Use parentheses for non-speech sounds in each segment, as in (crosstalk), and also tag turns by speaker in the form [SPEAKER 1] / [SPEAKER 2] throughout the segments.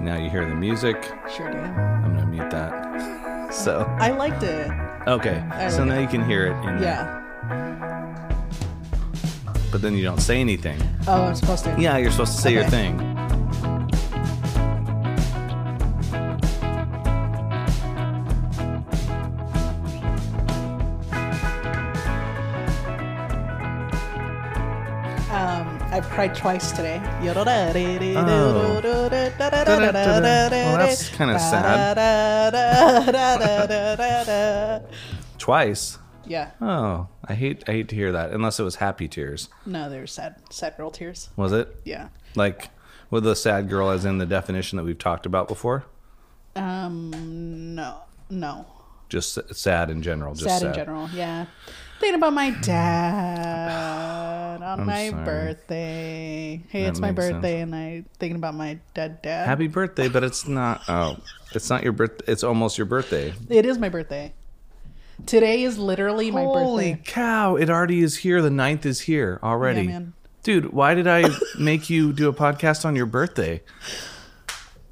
[SPEAKER 1] Now you hear the music.
[SPEAKER 2] Sure do.
[SPEAKER 1] I'm gonna mute that. (laughs) So
[SPEAKER 2] I liked it.
[SPEAKER 1] okay,
[SPEAKER 2] I
[SPEAKER 1] so
[SPEAKER 2] like
[SPEAKER 1] now you can hear it. In there.
[SPEAKER 2] Yeah.
[SPEAKER 1] But then you don't say anything.
[SPEAKER 2] Oh, I'm supposed to.
[SPEAKER 1] Yeah, you're supposed to say your
[SPEAKER 2] Okay.
[SPEAKER 1] thing.
[SPEAKER 2] Um, I've cried twice today. Oh.
[SPEAKER 1] Oh. Well, that's kinda
[SPEAKER 2] sad.
[SPEAKER 1] Twice.
[SPEAKER 2] (laughs) yeah.
[SPEAKER 1] Oh, I hate I hate to hear that. Unless it was happy tears.
[SPEAKER 2] No, they were sad, sad girl tears.
[SPEAKER 1] Was it?
[SPEAKER 2] Yeah.
[SPEAKER 1] Like with the sad girl as in the definition that we've talked about before?
[SPEAKER 2] Um, no, no.
[SPEAKER 1] Just s- sad in general. Just
[SPEAKER 2] sad, in general. Yeah. Thinking about my
[SPEAKER 1] (sighs)
[SPEAKER 2] dad on
[SPEAKER 1] I'm
[SPEAKER 2] my
[SPEAKER 1] sorry.
[SPEAKER 2] birthday. Hey,
[SPEAKER 1] That
[SPEAKER 2] it's my
[SPEAKER 1] makes sense.
[SPEAKER 2] birthday, and I thinking about my dead dad.
[SPEAKER 1] Happy birthday, but it's not oh. It's not your birth it's almost your birthday.
[SPEAKER 2] it is my birthday. Today is literally my
[SPEAKER 1] Holy
[SPEAKER 2] birthday.
[SPEAKER 1] cow, it already is here. The ninth is here already.
[SPEAKER 2] Yeah, man.
[SPEAKER 1] Dude, why did I make you do a podcast on your birthday?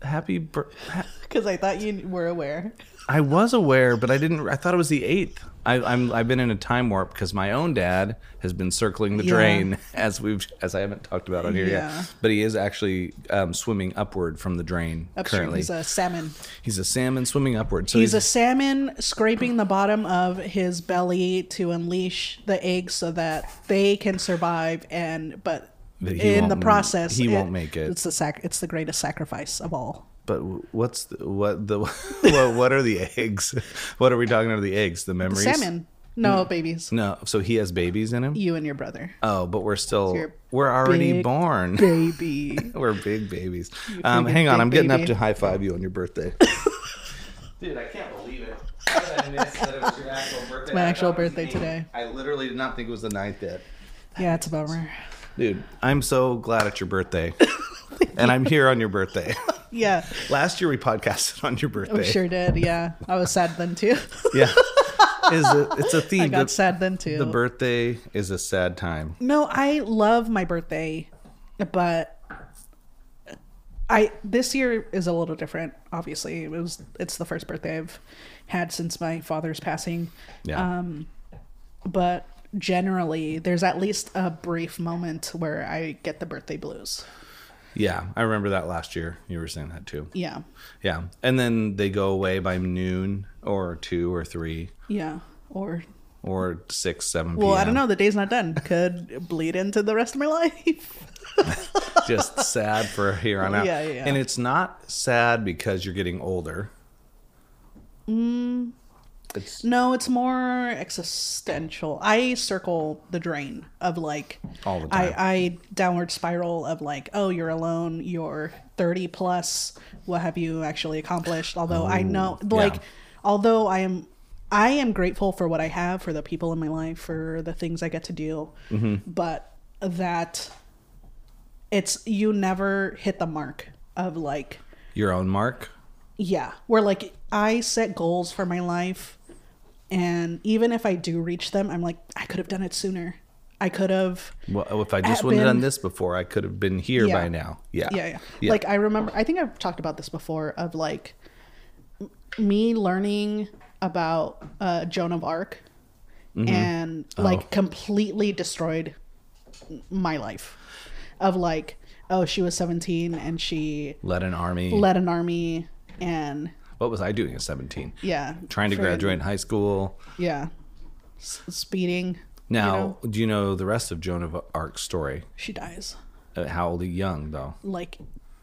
[SPEAKER 1] Happy bir- ha-
[SPEAKER 2] Because I thought you were aware.
[SPEAKER 1] I was aware, but I didn't. I thought it was the eighth. I, I'm I've been in a time warp because my own dad has been circling the
[SPEAKER 2] Yeah.
[SPEAKER 1] drain (laughs) as we've as I haven't talked about on here
[SPEAKER 2] Yeah.
[SPEAKER 1] yet. But he is actually um, swimming upward from the drain
[SPEAKER 2] Upstream.
[SPEAKER 1] currently.
[SPEAKER 2] He's a salmon.
[SPEAKER 1] He's a salmon swimming upward. So
[SPEAKER 2] He's a salmon scraping the bottom of his belly to unleash the eggs so that they can survive and but
[SPEAKER 1] But he
[SPEAKER 2] in the
[SPEAKER 1] won't-
[SPEAKER 2] process
[SPEAKER 1] he won't make it.
[SPEAKER 2] It's the sac it's the greatest sacrifice of all.
[SPEAKER 1] but what's the, what the (laughs) what, what are the (laughs) eggs? What are we talking about? The eggs, the memories.
[SPEAKER 2] Salmon.
[SPEAKER 1] Mm.
[SPEAKER 2] No babies.
[SPEAKER 1] No, so he has babies in him.
[SPEAKER 2] You and your brother.
[SPEAKER 1] Oh, but we're still
[SPEAKER 2] You're
[SPEAKER 1] we're already
[SPEAKER 2] big
[SPEAKER 1] born.
[SPEAKER 2] Baby.
[SPEAKER 1] (laughs) We're big babies. Um,
[SPEAKER 2] freaking
[SPEAKER 1] hang on,
[SPEAKER 2] big
[SPEAKER 1] I'm getting up
[SPEAKER 2] baby.
[SPEAKER 1] to high five you on your
[SPEAKER 2] (laughs)
[SPEAKER 1] birthday. Dude, I can't believe it. I missed that it was your actual birthday. It's
[SPEAKER 2] my actual birthday today.
[SPEAKER 1] I literally did not think it was the ninth yet.
[SPEAKER 2] yeah, it's
[SPEAKER 1] (laughs)
[SPEAKER 2] a bummer.
[SPEAKER 1] Dude, I'm so glad it's your
[SPEAKER 2] (laughs)
[SPEAKER 1] birthday. and I'm here on your birthday. (laughs)
[SPEAKER 2] Yeah.
[SPEAKER 1] Last year we podcasted on your birthday.
[SPEAKER 2] We Oh, sure did. Yeah. I was sad then too. (laughs)
[SPEAKER 1] Yeah. Is a, it's a theme.
[SPEAKER 2] I
[SPEAKER 1] the,
[SPEAKER 2] got sad then too.
[SPEAKER 1] the birthday is a sad time.
[SPEAKER 2] No, I love my birthday, but I this year is a little different. Obviously, it was it's the first birthday I've had since my father's passing. Um,
[SPEAKER 1] Yeah.
[SPEAKER 2] But generally, there's at least a brief moment where I get the birthday blues.
[SPEAKER 1] yeah. I remember that last year. You were saying that too.
[SPEAKER 2] Yeah,
[SPEAKER 1] Yeah. And then they go away by noon or two or three
[SPEAKER 2] yeah. Or
[SPEAKER 1] or six, seven
[SPEAKER 2] well,
[SPEAKER 1] p.m.
[SPEAKER 2] I don't know. (laughs) The day's not done. Could bleed into the rest of my (laughs) life.
[SPEAKER 1] Just sad for here on out.
[SPEAKER 2] Yeah, yeah, yeah.
[SPEAKER 1] And it's not sad because you're getting older. Mm. It's
[SPEAKER 2] No, it's more existential. I circle the drain of like
[SPEAKER 1] All the time.
[SPEAKER 2] I, I downward spiral of like, oh, you're alone. You're thirty plus. What have you actually accomplished? Although I know,
[SPEAKER 1] yeah.
[SPEAKER 2] like, although I am, I am grateful for what I have, for the people in my life, for the things I get to do.
[SPEAKER 1] Mm-hmm.
[SPEAKER 2] But that, it's you never hit the mark of like
[SPEAKER 1] your own mark.
[SPEAKER 2] yeah where like i set goals for my life and even if i do reach them i'm like i could have done it sooner i could have
[SPEAKER 1] Well, oh, if I just
[SPEAKER 2] I've
[SPEAKER 1] wouldn't have done
[SPEAKER 2] been-
[SPEAKER 1] this before, I could have been here
[SPEAKER 2] Yeah.
[SPEAKER 1] by now. Yeah.
[SPEAKER 2] yeah, yeah like i remember i think i've talked about this before of like m- me learning about uh joan of arc
[SPEAKER 1] Mm-hmm.
[SPEAKER 2] and
[SPEAKER 1] Oh.
[SPEAKER 2] like completely destroyed my life of like oh she was 17 and she
[SPEAKER 1] led an army.
[SPEAKER 2] led an army and
[SPEAKER 1] what was I doing at 17?
[SPEAKER 2] yeah
[SPEAKER 1] Trying to
[SPEAKER 2] friggin-
[SPEAKER 1] graduate in high school.
[SPEAKER 2] Yeah. S- speeding.
[SPEAKER 1] Now,
[SPEAKER 2] know?
[SPEAKER 1] do you know the rest of Joan of Arc's story?
[SPEAKER 2] She dies.
[SPEAKER 1] Uh, How old? Young, though.
[SPEAKER 2] Like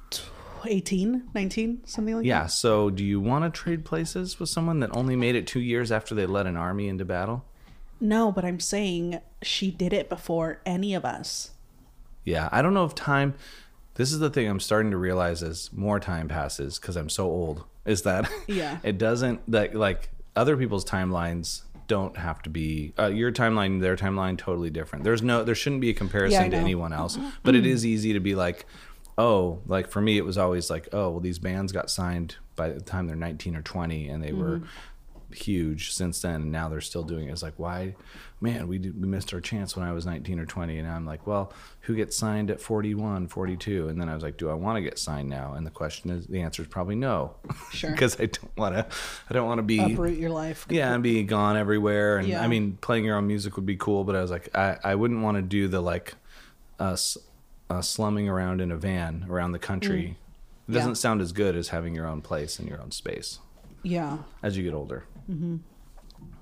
[SPEAKER 2] tw- 18, 19, something like
[SPEAKER 1] Yeah, so do you want to trade places with someone that only made it two years after they led an army into battle?
[SPEAKER 2] that. No, but I'm saying she did it before any of us.
[SPEAKER 1] Yeah, I don't know if time. This is the thing I'm starting to realize as more time passes because I'm so old. Is that (laughs)
[SPEAKER 2] Yeah.
[SPEAKER 1] It doesn't like like other people's timelines don't have to be uh, your timeline, their timeline, totally different. There's no, there shouldn't be a comparison to
[SPEAKER 2] know.
[SPEAKER 1] anyone else. But it is easy to be like, oh, like for me, it was always like, oh, well, these bands got signed by the time they're 19 or 20, and they were huge since then, and now they're still doing it. It's like, why, man, we did, we missed our chance when I was 19 or 20, and I'm like, well, who gets signed at 41, 42? And then I was like, do I want to get signed now? And the question is, the answer is probably no, (laughs)
[SPEAKER 2] Sure.
[SPEAKER 1] because I don't want to, I don't want to be
[SPEAKER 2] uproot your life.
[SPEAKER 1] yeah, and be gone everywhere. And
[SPEAKER 2] Yeah.
[SPEAKER 1] I mean, playing your own music would be cool, but I was like, I, I wouldn't want to do the like us uh, slumming around in a van around the country. It
[SPEAKER 2] Mm. Yeah.
[SPEAKER 1] doesn't sound as good as having your own place and your own space
[SPEAKER 2] Yeah.
[SPEAKER 1] as you get older. Mm-hmm.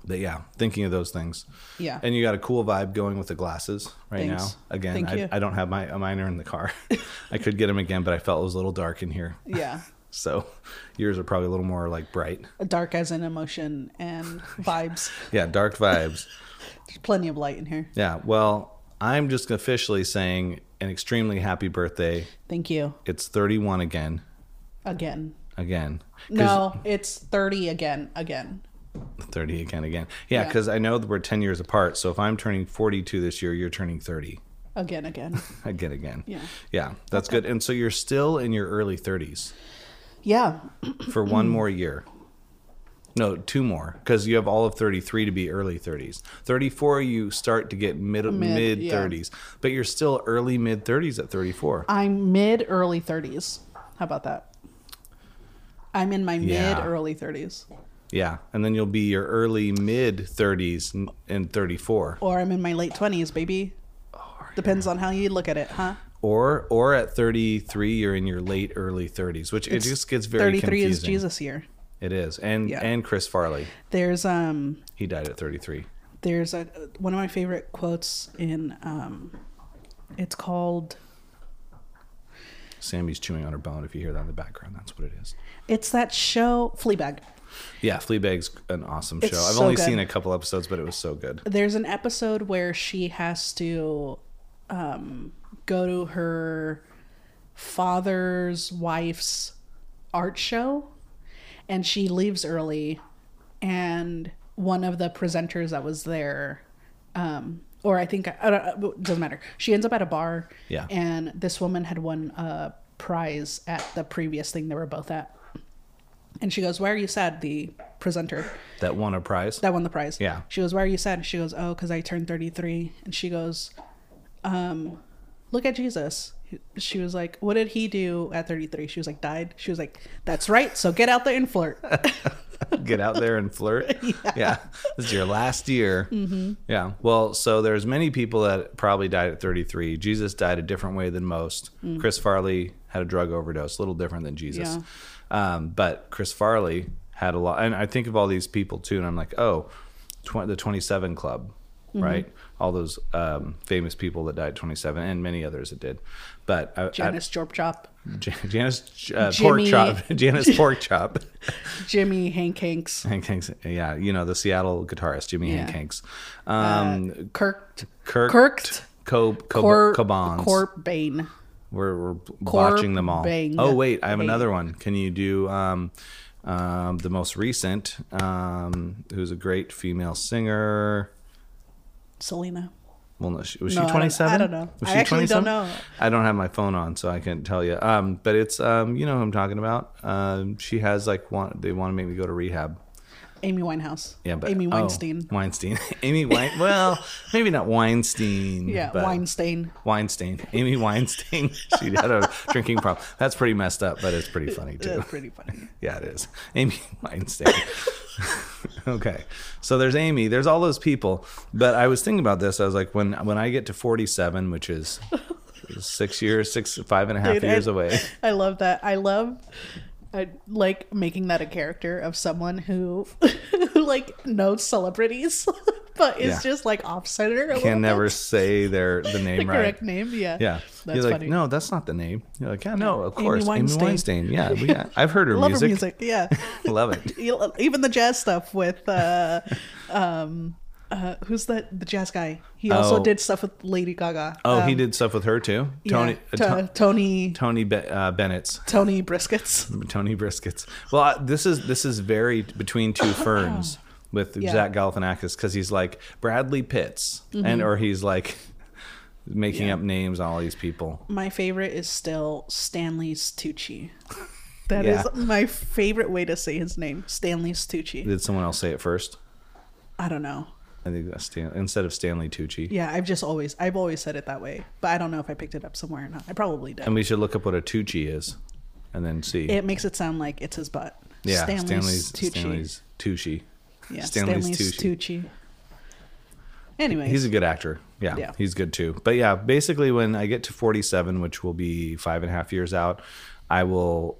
[SPEAKER 1] But yeah, thinking of those things.
[SPEAKER 2] Yeah.
[SPEAKER 1] And you got a cool vibe going with the glasses right
[SPEAKER 2] Thanks.
[SPEAKER 1] now. Again,
[SPEAKER 2] Thank
[SPEAKER 1] I,
[SPEAKER 2] you.
[SPEAKER 1] I don't have my a minor in the car. (laughs) I could get them again, but I felt it was a little dark in here.
[SPEAKER 2] Yeah.
[SPEAKER 1] So yours are probably a little more like bright.
[SPEAKER 2] Dark as in emotion
[SPEAKER 1] (laughs)
[SPEAKER 2] and vibes.
[SPEAKER 1] Yeah, dark vibes.
[SPEAKER 2] There's plenty of light in here.
[SPEAKER 1] Yeah. Well, I'm just officially saying an extremely happy birthday.
[SPEAKER 2] Thank you
[SPEAKER 1] It's 31 again.
[SPEAKER 2] again.
[SPEAKER 1] Again. 'Cause-
[SPEAKER 2] No, it's 30 again. Again.
[SPEAKER 1] 30 again, again. Yeah,
[SPEAKER 2] Yeah.
[SPEAKER 1] because I know that we're 10 years apart. So if I'm turning 42 this year, you're turning 30
[SPEAKER 2] Again, again.
[SPEAKER 1] again, again.
[SPEAKER 2] Yeah.
[SPEAKER 1] Yeah, that's good. And so you're still in your early 30s
[SPEAKER 2] Yeah.
[SPEAKER 1] for one more year. No, two more because you have all of 33 to be early 30s. 34, you start to get mid
[SPEAKER 2] Mid,
[SPEAKER 1] mid
[SPEAKER 2] yeah.
[SPEAKER 1] 30s, but you're still early mid 30s at 34.
[SPEAKER 2] I'm mid early 30s. How about that? I'm in my
[SPEAKER 1] Yeah.
[SPEAKER 2] mid early 30s.
[SPEAKER 1] Yeah, and then you'll be your early mid 30s and 34
[SPEAKER 2] Or I'm in my late 20s, baby. Depends on how you look at it, huh?
[SPEAKER 1] or or at 33 you're in your late early 30s, which it just gets very
[SPEAKER 2] 33
[SPEAKER 1] confusing.
[SPEAKER 2] is Jesus year.
[SPEAKER 1] It is. And
[SPEAKER 2] Yeah.
[SPEAKER 1] and Chris Farley,
[SPEAKER 2] There's um
[SPEAKER 1] he died at 33.
[SPEAKER 2] there's a one of my favorite quotes in um it's called
[SPEAKER 1] Sammy's chewing on her bone if you hear that in the background. That's what it is.
[SPEAKER 2] it's that show Fleabag.
[SPEAKER 1] Yeah, Fleabag's an awesome show.
[SPEAKER 2] It's
[SPEAKER 1] I've
[SPEAKER 2] so
[SPEAKER 1] only
[SPEAKER 2] good.
[SPEAKER 1] seen a couple episodes, but it was so good.
[SPEAKER 2] There's an episode where she has to um go to her father's wife's art show and she leaves early and one of the presenters that was there um or I think I don't, it doesn't matter. She ends up at a bar
[SPEAKER 1] Yeah.
[SPEAKER 2] and this woman had won a prize at the previous thing they were both at. And she goes, "Why are you sad?" The presenter
[SPEAKER 1] That won a prize.
[SPEAKER 2] that won the prize.
[SPEAKER 1] Yeah.
[SPEAKER 2] She goes, "Why are you sad?" She goes, "Oh, because I turned 33." And she goes, um, "Look at Jesus." She was like, "What did he do at 33?" She was like, "Died." She was like, "That's right. So get out there
[SPEAKER 1] (laughs)
[SPEAKER 2] and flirt."
[SPEAKER 1] get out there and flirt. yeah. This is your last year. Mm-hmm. Yeah. Well, so there's many people that probably died at 33. Jesus died a different way than most. Chris Farley had a drug overdose, a little different than Jesus.
[SPEAKER 2] Yeah.
[SPEAKER 1] Um, but Chris Farley had a lot. And I think of all these people too, and I'm like, oh, tw- the 27 Club, right? All those um, famous people that died at 27 and many others that did. But I, I,
[SPEAKER 2] Janice Jorp Chop,
[SPEAKER 1] Jan- Janice uh, Pork
[SPEAKER 2] Jimmy-
[SPEAKER 1] Chop. (laughs) Janice Pork Chop.
[SPEAKER 2] Jimmy Hank Hanks,
[SPEAKER 1] Hank Hanks, yeah, you know the Seattle guitarist Jimmy Hank
[SPEAKER 2] Yeah. Uh,
[SPEAKER 1] Hanks, um,
[SPEAKER 2] Kirk,
[SPEAKER 1] Kirk,
[SPEAKER 2] Kirked.
[SPEAKER 1] Co, Co,
[SPEAKER 2] Cor,
[SPEAKER 1] Cobons.
[SPEAKER 2] Corbane.
[SPEAKER 1] we're we're watching them all.
[SPEAKER 2] Corbang.
[SPEAKER 1] Oh wait, I have
[SPEAKER 2] Bang.
[SPEAKER 1] another one. Can you do um, um, the most recent? Um, who's a great female singer?
[SPEAKER 2] Selena.
[SPEAKER 1] Well, no, she, was
[SPEAKER 2] No, I
[SPEAKER 1] she
[SPEAKER 2] don't-
[SPEAKER 1] twenty seven?
[SPEAKER 2] I don't know.
[SPEAKER 1] Was
[SPEAKER 2] I
[SPEAKER 1] she
[SPEAKER 2] actually don't
[SPEAKER 1] 27?
[SPEAKER 2] know.
[SPEAKER 1] I don't have my phone on, so I can't tell you. Um, but it's um, you know who I'm talking about. Um, she has like want they want to make me go to rehab.
[SPEAKER 2] Amy Winehouse.
[SPEAKER 1] Yeah, but
[SPEAKER 2] Amy
[SPEAKER 1] oh,
[SPEAKER 2] Weinstein.
[SPEAKER 1] Weinstein. (laughs) Amy Wein. well, maybe not Weinstein.
[SPEAKER 2] yeah,
[SPEAKER 1] but (laughs)
[SPEAKER 2] Weinstein.
[SPEAKER 1] Weinstein. Amy Weinstein. (laughs) she had a drinking problem. That's pretty messed up, but it's pretty funny too.
[SPEAKER 2] That's pretty funny.
[SPEAKER 1] Yeah, it is. Amy (laughs) Weinstein. okay, so there's Amy. There's all those people. But I was thinking about this. I was like, when when I get to 47, which is six years, six five and a half
[SPEAKER 2] Dude, I-
[SPEAKER 1] years away.
[SPEAKER 2] (laughs) I love that. I love I like making that a character of someone who (laughs) who like knows celebrities (laughs) but is
[SPEAKER 1] Yeah.
[SPEAKER 2] just like off center.
[SPEAKER 1] Can (laughs) never say their the
[SPEAKER 2] (laughs) the
[SPEAKER 1] name right.
[SPEAKER 2] correct name. Yeah.
[SPEAKER 1] (laughs) Yeah.
[SPEAKER 2] That's
[SPEAKER 1] You're like,
[SPEAKER 2] funny.
[SPEAKER 1] no, that's not the name. You're like, yeah, no, of
[SPEAKER 2] Amy
[SPEAKER 1] course. Amy Weinstein.
[SPEAKER 2] Weinstein.
[SPEAKER 1] Yeah. We,
[SPEAKER 2] (laughs)
[SPEAKER 1] yeah, I've heard her
[SPEAKER 2] Love
[SPEAKER 1] music.
[SPEAKER 2] her music. Yeah.
[SPEAKER 1] (laughs) Love it.
[SPEAKER 2] You- Even the jazz stuff with uh (laughs) um uh who's that the jazz guy? He also
[SPEAKER 1] Oh.
[SPEAKER 2] did stuff with Lady Gaga.
[SPEAKER 1] Oh, he
[SPEAKER 2] Um,
[SPEAKER 1] did stuff with her too. Tony,
[SPEAKER 2] yeah,
[SPEAKER 1] uh,
[SPEAKER 2] To-
[SPEAKER 1] Ton-
[SPEAKER 2] Tony
[SPEAKER 1] Tony Be- uh, Bennett's, (laughs)
[SPEAKER 2] Tony Briskets.
[SPEAKER 1] Tony Briskets. Well, I, this is this is very between
[SPEAKER 2] (laughs)
[SPEAKER 1] two ferns with
[SPEAKER 2] Yeah. Mm-hmm.
[SPEAKER 1] Zach Galifianakis because he's like Bradley Pitts, and or he's like (laughs) making up names on all these people.
[SPEAKER 2] My favorite is still Stanley Stucci. That
[SPEAKER 1] Yeah.
[SPEAKER 2] is my favorite way to say his name, Stanley Stucci.
[SPEAKER 1] Did someone else say it first?
[SPEAKER 2] I don't know.
[SPEAKER 1] I think that's Stan- instead of Stanley Tucci.
[SPEAKER 2] Yeah, I've just always I've always said it that way, but I don't know if I picked it up somewhere or not. I probably did.
[SPEAKER 1] And we should look up what a Tucci is, and then see.
[SPEAKER 2] it makes it sound like it's his butt.
[SPEAKER 1] yeah,
[SPEAKER 2] Stanley
[SPEAKER 1] Stanley's
[SPEAKER 2] Tucci.
[SPEAKER 1] Stanley's Tucci.
[SPEAKER 2] yeah,
[SPEAKER 1] Stanley
[SPEAKER 2] Stanley Tucci. Anyway,
[SPEAKER 1] He's a good actor. Yeah,
[SPEAKER 2] Yeah.
[SPEAKER 1] he's good too. But yeah, basically, when I get to 47, which will be five and a half years out, I will.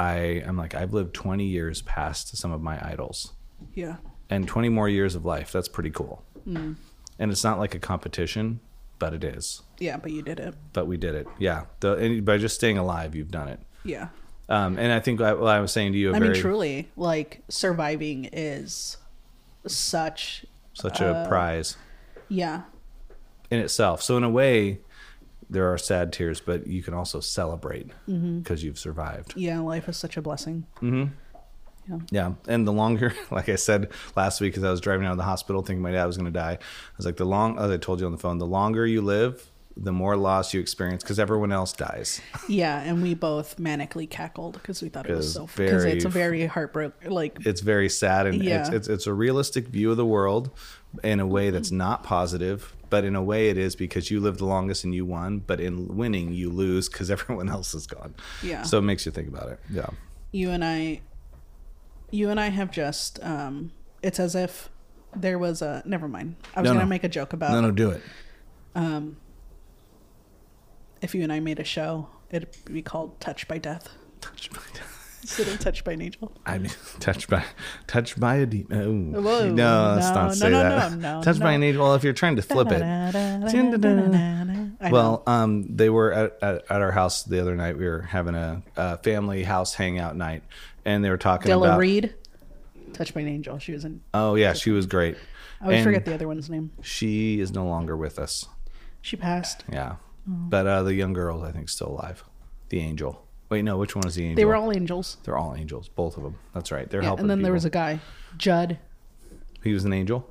[SPEAKER 1] I am like I've lived 20 years past some of my idols,
[SPEAKER 2] yeah,
[SPEAKER 1] and 20 more years of life. That's pretty cool.
[SPEAKER 2] Mm.
[SPEAKER 1] And it's not like a competition, but it is.
[SPEAKER 2] yeah, but you did it.
[SPEAKER 1] But we did it. Yeah, the, and by just staying alive, you've done it.
[SPEAKER 2] Yeah,
[SPEAKER 1] Um, and I think I, well, I was saying to you, a
[SPEAKER 2] I
[SPEAKER 1] very
[SPEAKER 2] mean, truly, like surviving is such
[SPEAKER 1] such a
[SPEAKER 2] Uh,
[SPEAKER 1] prize
[SPEAKER 2] yeah,
[SPEAKER 1] in itself. So in a way, there are sad tears, but you can also celebrate because
[SPEAKER 2] Mm-hmm.
[SPEAKER 1] you've survived.
[SPEAKER 2] yeah. Life is such a blessing.
[SPEAKER 1] Yeah, and the longer, (laughs) like I said last week, as I was driving out of the hospital thinking my dad was going to die, I was like, the long, as I told you on the phone, the longer you live, the more loss you experience because everyone else dies.
[SPEAKER 2] Yeah, and we both manically cackled because we thought it was
[SPEAKER 1] It's
[SPEAKER 2] so because
[SPEAKER 1] very
[SPEAKER 2] it's a
[SPEAKER 1] f-
[SPEAKER 2] very heartbreak. Like
[SPEAKER 1] It's very sad, and
[SPEAKER 2] Yeah.
[SPEAKER 1] it's, it's it's a realistic view of the world in a way that's
[SPEAKER 2] Mm-hmm.
[SPEAKER 1] not positive, but in a way it is because you lived the longest and you won, but in winning you lose because (laughs) everyone else is gone.
[SPEAKER 2] Yeah.
[SPEAKER 1] so it makes you think about it. Yeah,
[SPEAKER 2] you and I, you and I have just. um It's as if there was a. Never mind. I was
[SPEAKER 1] No,
[SPEAKER 2] gonna
[SPEAKER 1] no.
[SPEAKER 2] make a joke about
[SPEAKER 1] no, no, do it.
[SPEAKER 2] if you and I made a show, it'd be called Touched by Death (laughs)
[SPEAKER 1] Touched by,
[SPEAKER 2] instead of Touched by an Angel.
[SPEAKER 1] I mean, touched by, touched by a demon. Oh,
[SPEAKER 2] Whoa,
[SPEAKER 1] no, let's
[SPEAKER 2] no,
[SPEAKER 1] not
[SPEAKER 2] no,
[SPEAKER 1] say
[SPEAKER 2] no,
[SPEAKER 1] that.
[SPEAKER 2] no,
[SPEAKER 1] (laughs)
[SPEAKER 2] no,
[SPEAKER 1] touched by
[SPEAKER 2] no.
[SPEAKER 1] an angel. Well, if you're trying to flip it,
[SPEAKER 2] I know.
[SPEAKER 1] Well, um, they were at, at, at our house the other night. We were having a, a family house hangout night, and they were talking
[SPEAKER 2] Della
[SPEAKER 1] about.
[SPEAKER 2] Reed, Touched by an Angel. She was in.
[SPEAKER 1] Oh yeah, she was great.
[SPEAKER 2] I always
[SPEAKER 1] And
[SPEAKER 2] forget the other one's name.
[SPEAKER 1] She is no longer with us.
[SPEAKER 2] She passed.
[SPEAKER 1] Yeah, but uh, the young girl I think is still alive. The angel. Wait, no, which one is the angel?
[SPEAKER 2] They were all angels.
[SPEAKER 1] They're all angels, both of them. That's right. They're
[SPEAKER 2] Yeah,
[SPEAKER 1] helping.
[SPEAKER 2] and then there was a
[SPEAKER 1] people.
[SPEAKER 2] guy, Judd.
[SPEAKER 1] He was an angel.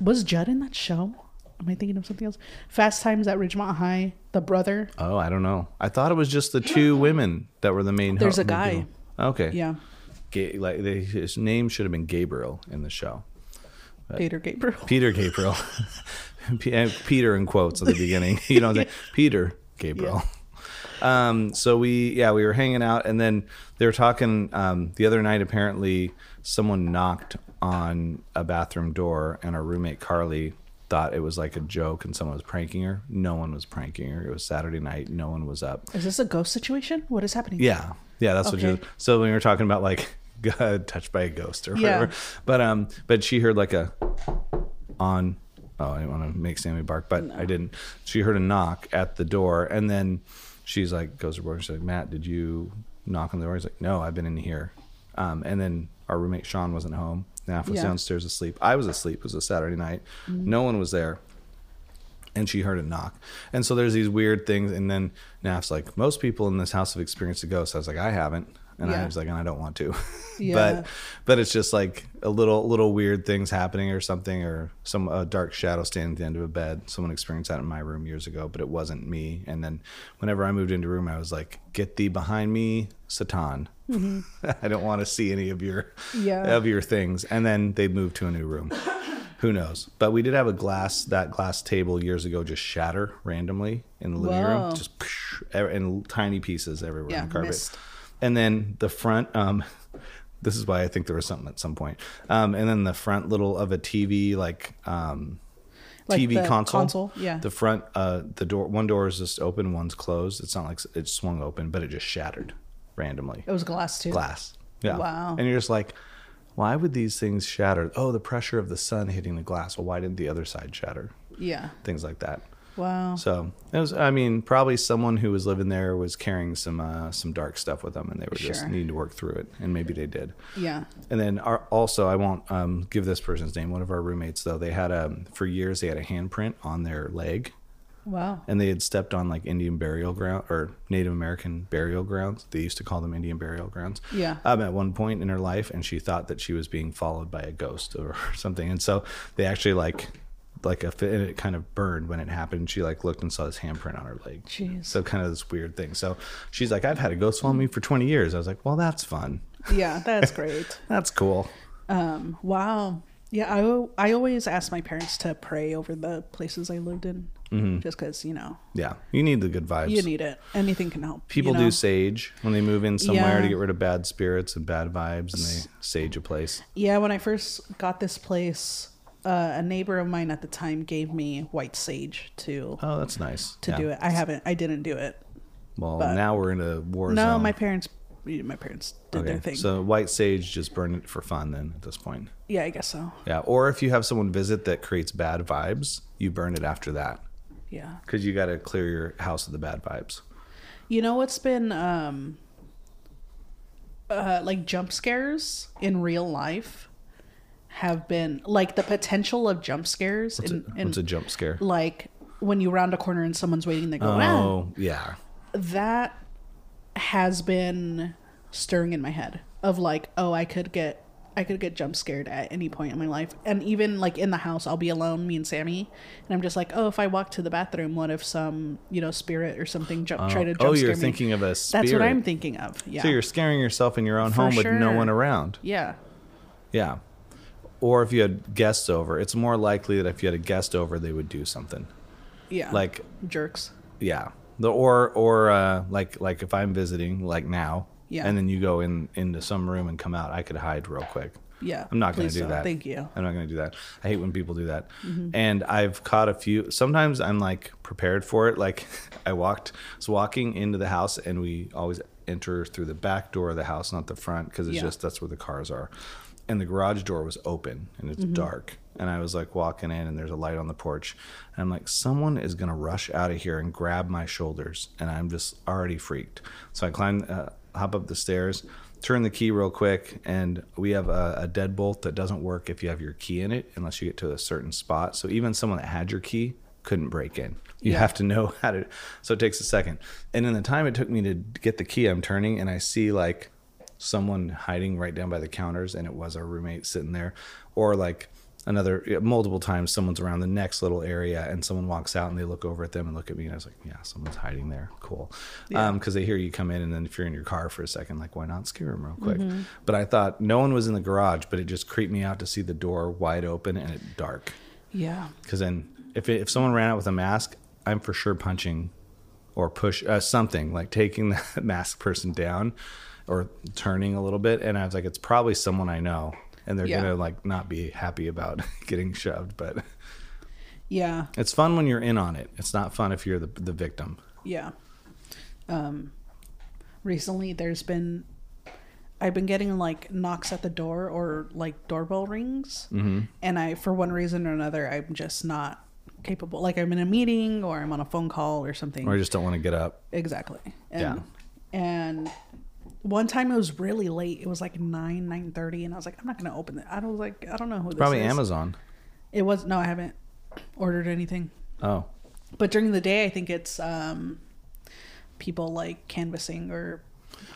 [SPEAKER 2] Was Judd in that show? Am I thinking of something else? Fast Times at Ridgemont High, the brother.
[SPEAKER 1] Oh, I don't know. I thought it was just the two
[SPEAKER 2] (gasps)
[SPEAKER 1] women that were the main.
[SPEAKER 2] There's
[SPEAKER 1] hel-
[SPEAKER 2] a guy.
[SPEAKER 1] people. Okay.
[SPEAKER 2] Yeah,
[SPEAKER 1] Ga- like they, his name should have been Gabriel in the show.
[SPEAKER 2] Peter Gabriel.
[SPEAKER 1] Peter Gabriel. (laughs) P- and Peter in quotes at the beginning. (laughs) You know,
[SPEAKER 2] (laughs)
[SPEAKER 1] the- Peter Gabriel. (laughs) Um, so we, yeah, we were hanging out, and then they were talking um, the other night. Apparently, someone knocked on a bathroom door, and our roommate Carly thought it was like a joke, and someone was pranking her. No one was pranking her. It was Saturday night. No one was up.
[SPEAKER 2] Is this a ghost situation? What is happening?
[SPEAKER 1] Yeah, yeah, that's what
[SPEAKER 2] Okay.
[SPEAKER 1] you. So when you were talking about like (laughs) touched by a ghost or
[SPEAKER 2] Yeah.
[SPEAKER 1] whatever, but um, but she heard like a on. Oh, I didn't want to make Sammy bark, but I didn't. She heard a knock at the door, and then she's like, goes to work. She's like, Matt, did you knock on the door? He's like, No, I've been in here. Um, and then our roommate Sean wasn't home. Naff was
[SPEAKER 2] Yeah. Mm-hmm.
[SPEAKER 1] downstairs asleep. I was asleep. It was a Saturday night. No one was there and she heard a knock. And so there's these weird things. And then Naf's like, most people in this house have experienced a ghost. I was like, I haven't. And I
[SPEAKER 2] Yeah.
[SPEAKER 1] was like, and I don't want to. (laughs)
[SPEAKER 2] Yeah.
[SPEAKER 1] but but it's just like a little little weird things happening or something or some a dark shadow standing at the end of a bed. Someone experienced that in my room years ago, but it wasn't me. And then whenever I moved into a room, I was like, get thee behind me, Satan. (laughs) I don't want to see any of your
[SPEAKER 2] Mm-hmm. Yeah.
[SPEAKER 1] of your things. And then they moved to a new
[SPEAKER 2] (laughs)
[SPEAKER 1] room. Who knows? But we did have a glass that glass table years ago just shatter randomly in the living
[SPEAKER 2] Whoa.
[SPEAKER 1] room, just psh, ev- in tiny pieces everywhere
[SPEAKER 2] Yeah,
[SPEAKER 1] on the carpet.
[SPEAKER 2] missed.
[SPEAKER 1] And then the front. Um, (laughs) this is why I think there was something at some point. Um, and then the front little of a TV like. Um,
[SPEAKER 2] Like
[SPEAKER 1] TV
[SPEAKER 2] the
[SPEAKER 1] console,
[SPEAKER 2] console, yeah.
[SPEAKER 1] The front, uh, the door, one door is just open, one's closed. It's not like s- it swung open, but it just shattered randomly
[SPEAKER 2] It was glass too.
[SPEAKER 1] glass. Yeah.
[SPEAKER 2] Wow.
[SPEAKER 1] And you're just like, why would these things shatter? Oh, the pressure of the sun hitting the glass. Well, why didn't the other side shatter?
[SPEAKER 2] Yeah.
[SPEAKER 1] Things like that.
[SPEAKER 2] Wow.
[SPEAKER 1] So it was. I mean, probably someone who was living there was carrying some uh, some dark stuff with them, and they were just
[SPEAKER 2] Sure.
[SPEAKER 1] needing to work through it. And maybe they did.
[SPEAKER 2] yeah.
[SPEAKER 1] And then our, also, I won't um, give this person's name. One of our roommates, though, they had um, for years they had a handprint on their leg
[SPEAKER 2] Wow.
[SPEAKER 1] and they had stepped on like Indian burial ground or Native American burial grounds. They used to call them Indian burial grounds.
[SPEAKER 2] Yeah.
[SPEAKER 1] Um, at one point in her (laughs) life, and she thought that she was being followed by a ghost or something, and so they actually like like a fit, and it kind of burned when it happened. She like looked and saw this handprint on her leg.
[SPEAKER 2] Jeez.
[SPEAKER 1] So kind of this weird thing. So she's like, I've had a ghost follow me for 20 years. I was like, well, that's fun.
[SPEAKER 2] Yeah, (laughs) that's great.
[SPEAKER 1] That's cool.
[SPEAKER 2] Um, wow. Yeah, I, al- I always ask my parents to pray over the places I lived in
[SPEAKER 1] Mm-hmm.
[SPEAKER 2] just because, you know,
[SPEAKER 1] Yeah. You need the good vibes.
[SPEAKER 2] you need it. Anything can help.
[SPEAKER 1] People
[SPEAKER 2] you know?
[SPEAKER 1] do sage when they move in somewhere
[SPEAKER 2] Yeah.
[SPEAKER 1] to get rid of bad spirits and bad vibes, and they sage a place.
[SPEAKER 2] Yeah, when I first got this place, uh, a neighbor of mine at the time gave me white sage to
[SPEAKER 1] Oh, that's nice.
[SPEAKER 2] to do it. I haven't. I didn't do it.
[SPEAKER 1] Well,
[SPEAKER 2] but-
[SPEAKER 1] now we're in a war
[SPEAKER 2] No,
[SPEAKER 1] zone.
[SPEAKER 2] my parents. My parents did their thing.
[SPEAKER 1] So white sage, just burn it for fun then at this point.
[SPEAKER 2] yeah, I guess so.
[SPEAKER 1] Yeah. Or if you have someone visit that creates bad vibes, you burn it after that
[SPEAKER 2] Yeah.
[SPEAKER 1] because you got to clear your house of the bad vibes.
[SPEAKER 2] You know what's been um uh like jump scares in real life have been like the potential of jump scares in, in
[SPEAKER 1] It's a jump scare.
[SPEAKER 2] like when you round a corner and someone's waiting they go "Ah,"
[SPEAKER 1] Oh, yeah.
[SPEAKER 2] that has been stirring in my head of like oh I could get I could get jump scared at any point in my life and even like in the house I'll be alone me and Sammy and I'm just like oh if I walk to the bathroom what if some you know spirit or something jump try to jump
[SPEAKER 1] Oh,
[SPEAKER 2] scare
[SPEAKER 1] you're
[SPEAKER 2] me
[SPEAKER 1] thinking of a spirit.
[SPEAKER 2] that's what I'm thinking of. Yeah.
[SPEAKER 1] So you're scaring yourself in your own
[SPEAKER 2] For
[SPEAKER 1] home with no
[SPEAKER 2] sure.
[SPEAKER 1] one around.
[SPEAKER 2] yeah.
[SPEAKER 1] Yeah. Or if you had guests over, it's more likely that if you had a guest over, they would do something.
[SPEAKER 2] Yeah.
[SPEAKER 1] Like,
[SPEAKER 2] jerks.
[SPEAKER 1] yeah. The or or uh, like like if I'm visiting like now,
[SPEAKER 2] Yeah.
[SPEAKER 1] and then you go in into some room and come out, I could hide real quick.
[SPEAKER 2] Yeah.
[SPEAKER 1] I'm not going to
[SPEAKER 2] Please
[SPEAKER 1] do
[SPEAKER 2] don't.
[SPEAKER 1] that.
[SPEAKER 2] Thank you. Mm-hmm.
[SPEAKER 1] I'm not going to do that. I hate when people do that. And I've caught a few. Sometimes I'm like prepared for it. Like (laughs) I walked, was walking into the house, and we always enter through the back door of the house, not the front, because it's
[SPEAKER 2] Yeah.
[SPEAKER 1] just that's where the cars are. And the garage door was open, and it's dark. And I was like walking in, and there's a light on the porch. And I'm like, someone is going to rush out of here and grab my shoulders, and I'm just already freaked. So I climb. Uh, hop up the stairs, turn the key real quick, and we have a, a deadbolt that doesn't work if you have your key in it unless you get to a certain spot. So even someone that had your key couldn't break in. You have to know how to. So it takes a second. And in the time it took me to get the key, I'm turning and I see like someone hiding right down by the counters, and it was our roommate sitting there, or like another multiple times someone's around the next little area and someone walks out and they look over at them and look at me and I was like, yeah, someone's hiding there. Cool. Um, 'cause cause they hear you come in and then if you're in your car for a second, like why not scare them real quick? But I thought no one was in the garage, but it just creeped me out to see the door wide open and it dark.
[SPEAKER 2] Yeah.
[SPEAKER 1] Cause then if, it, if someone ran out with a mask, I'm for sure punching or push uh, something like taking (laughs) the mask person down or turning a little bit. And I was like, it's probably someone I know. And they're
[SPEAKER 2] Yeah.
[SPEAKER 1] gonna like not be happy about (laughs) getting shoved, but
[SPEAKER 2] Yeah.
[SPEAKER 1] it's fun when you're in on it. It's not fun if you're the the victim.
[SPEAKER 2] Yeah. Um recently there's been I've been getting like knocks at the door or like doorbell rings
[SPEAKER 1] Mm-hmm.
[SPEAKER 2] and I for one reason or another I'm just not capable like I'm in a meeting or I'm on a phone call or something.
[SPEAKER 1] Or you just don't want to get up.
[SPEAKER 2] Exactly. And,
[SPEAKER 1] Yeah.
[SPEAKER 2] And one time it was really late. It was like nine, nine thirty, and I was like, I'm not gonna open it. I don't like. I don't know who this
[SPEAKER 1] Probably
[SPEAKER 2] is.
[SPEAKER 1] Amazon.
[SPEAKER 2] It was no, I haven't ordered anything.
[SPEAKER 1] Oh.
[SPEAKER 2] But during the day, I think it's um, people like canvassing or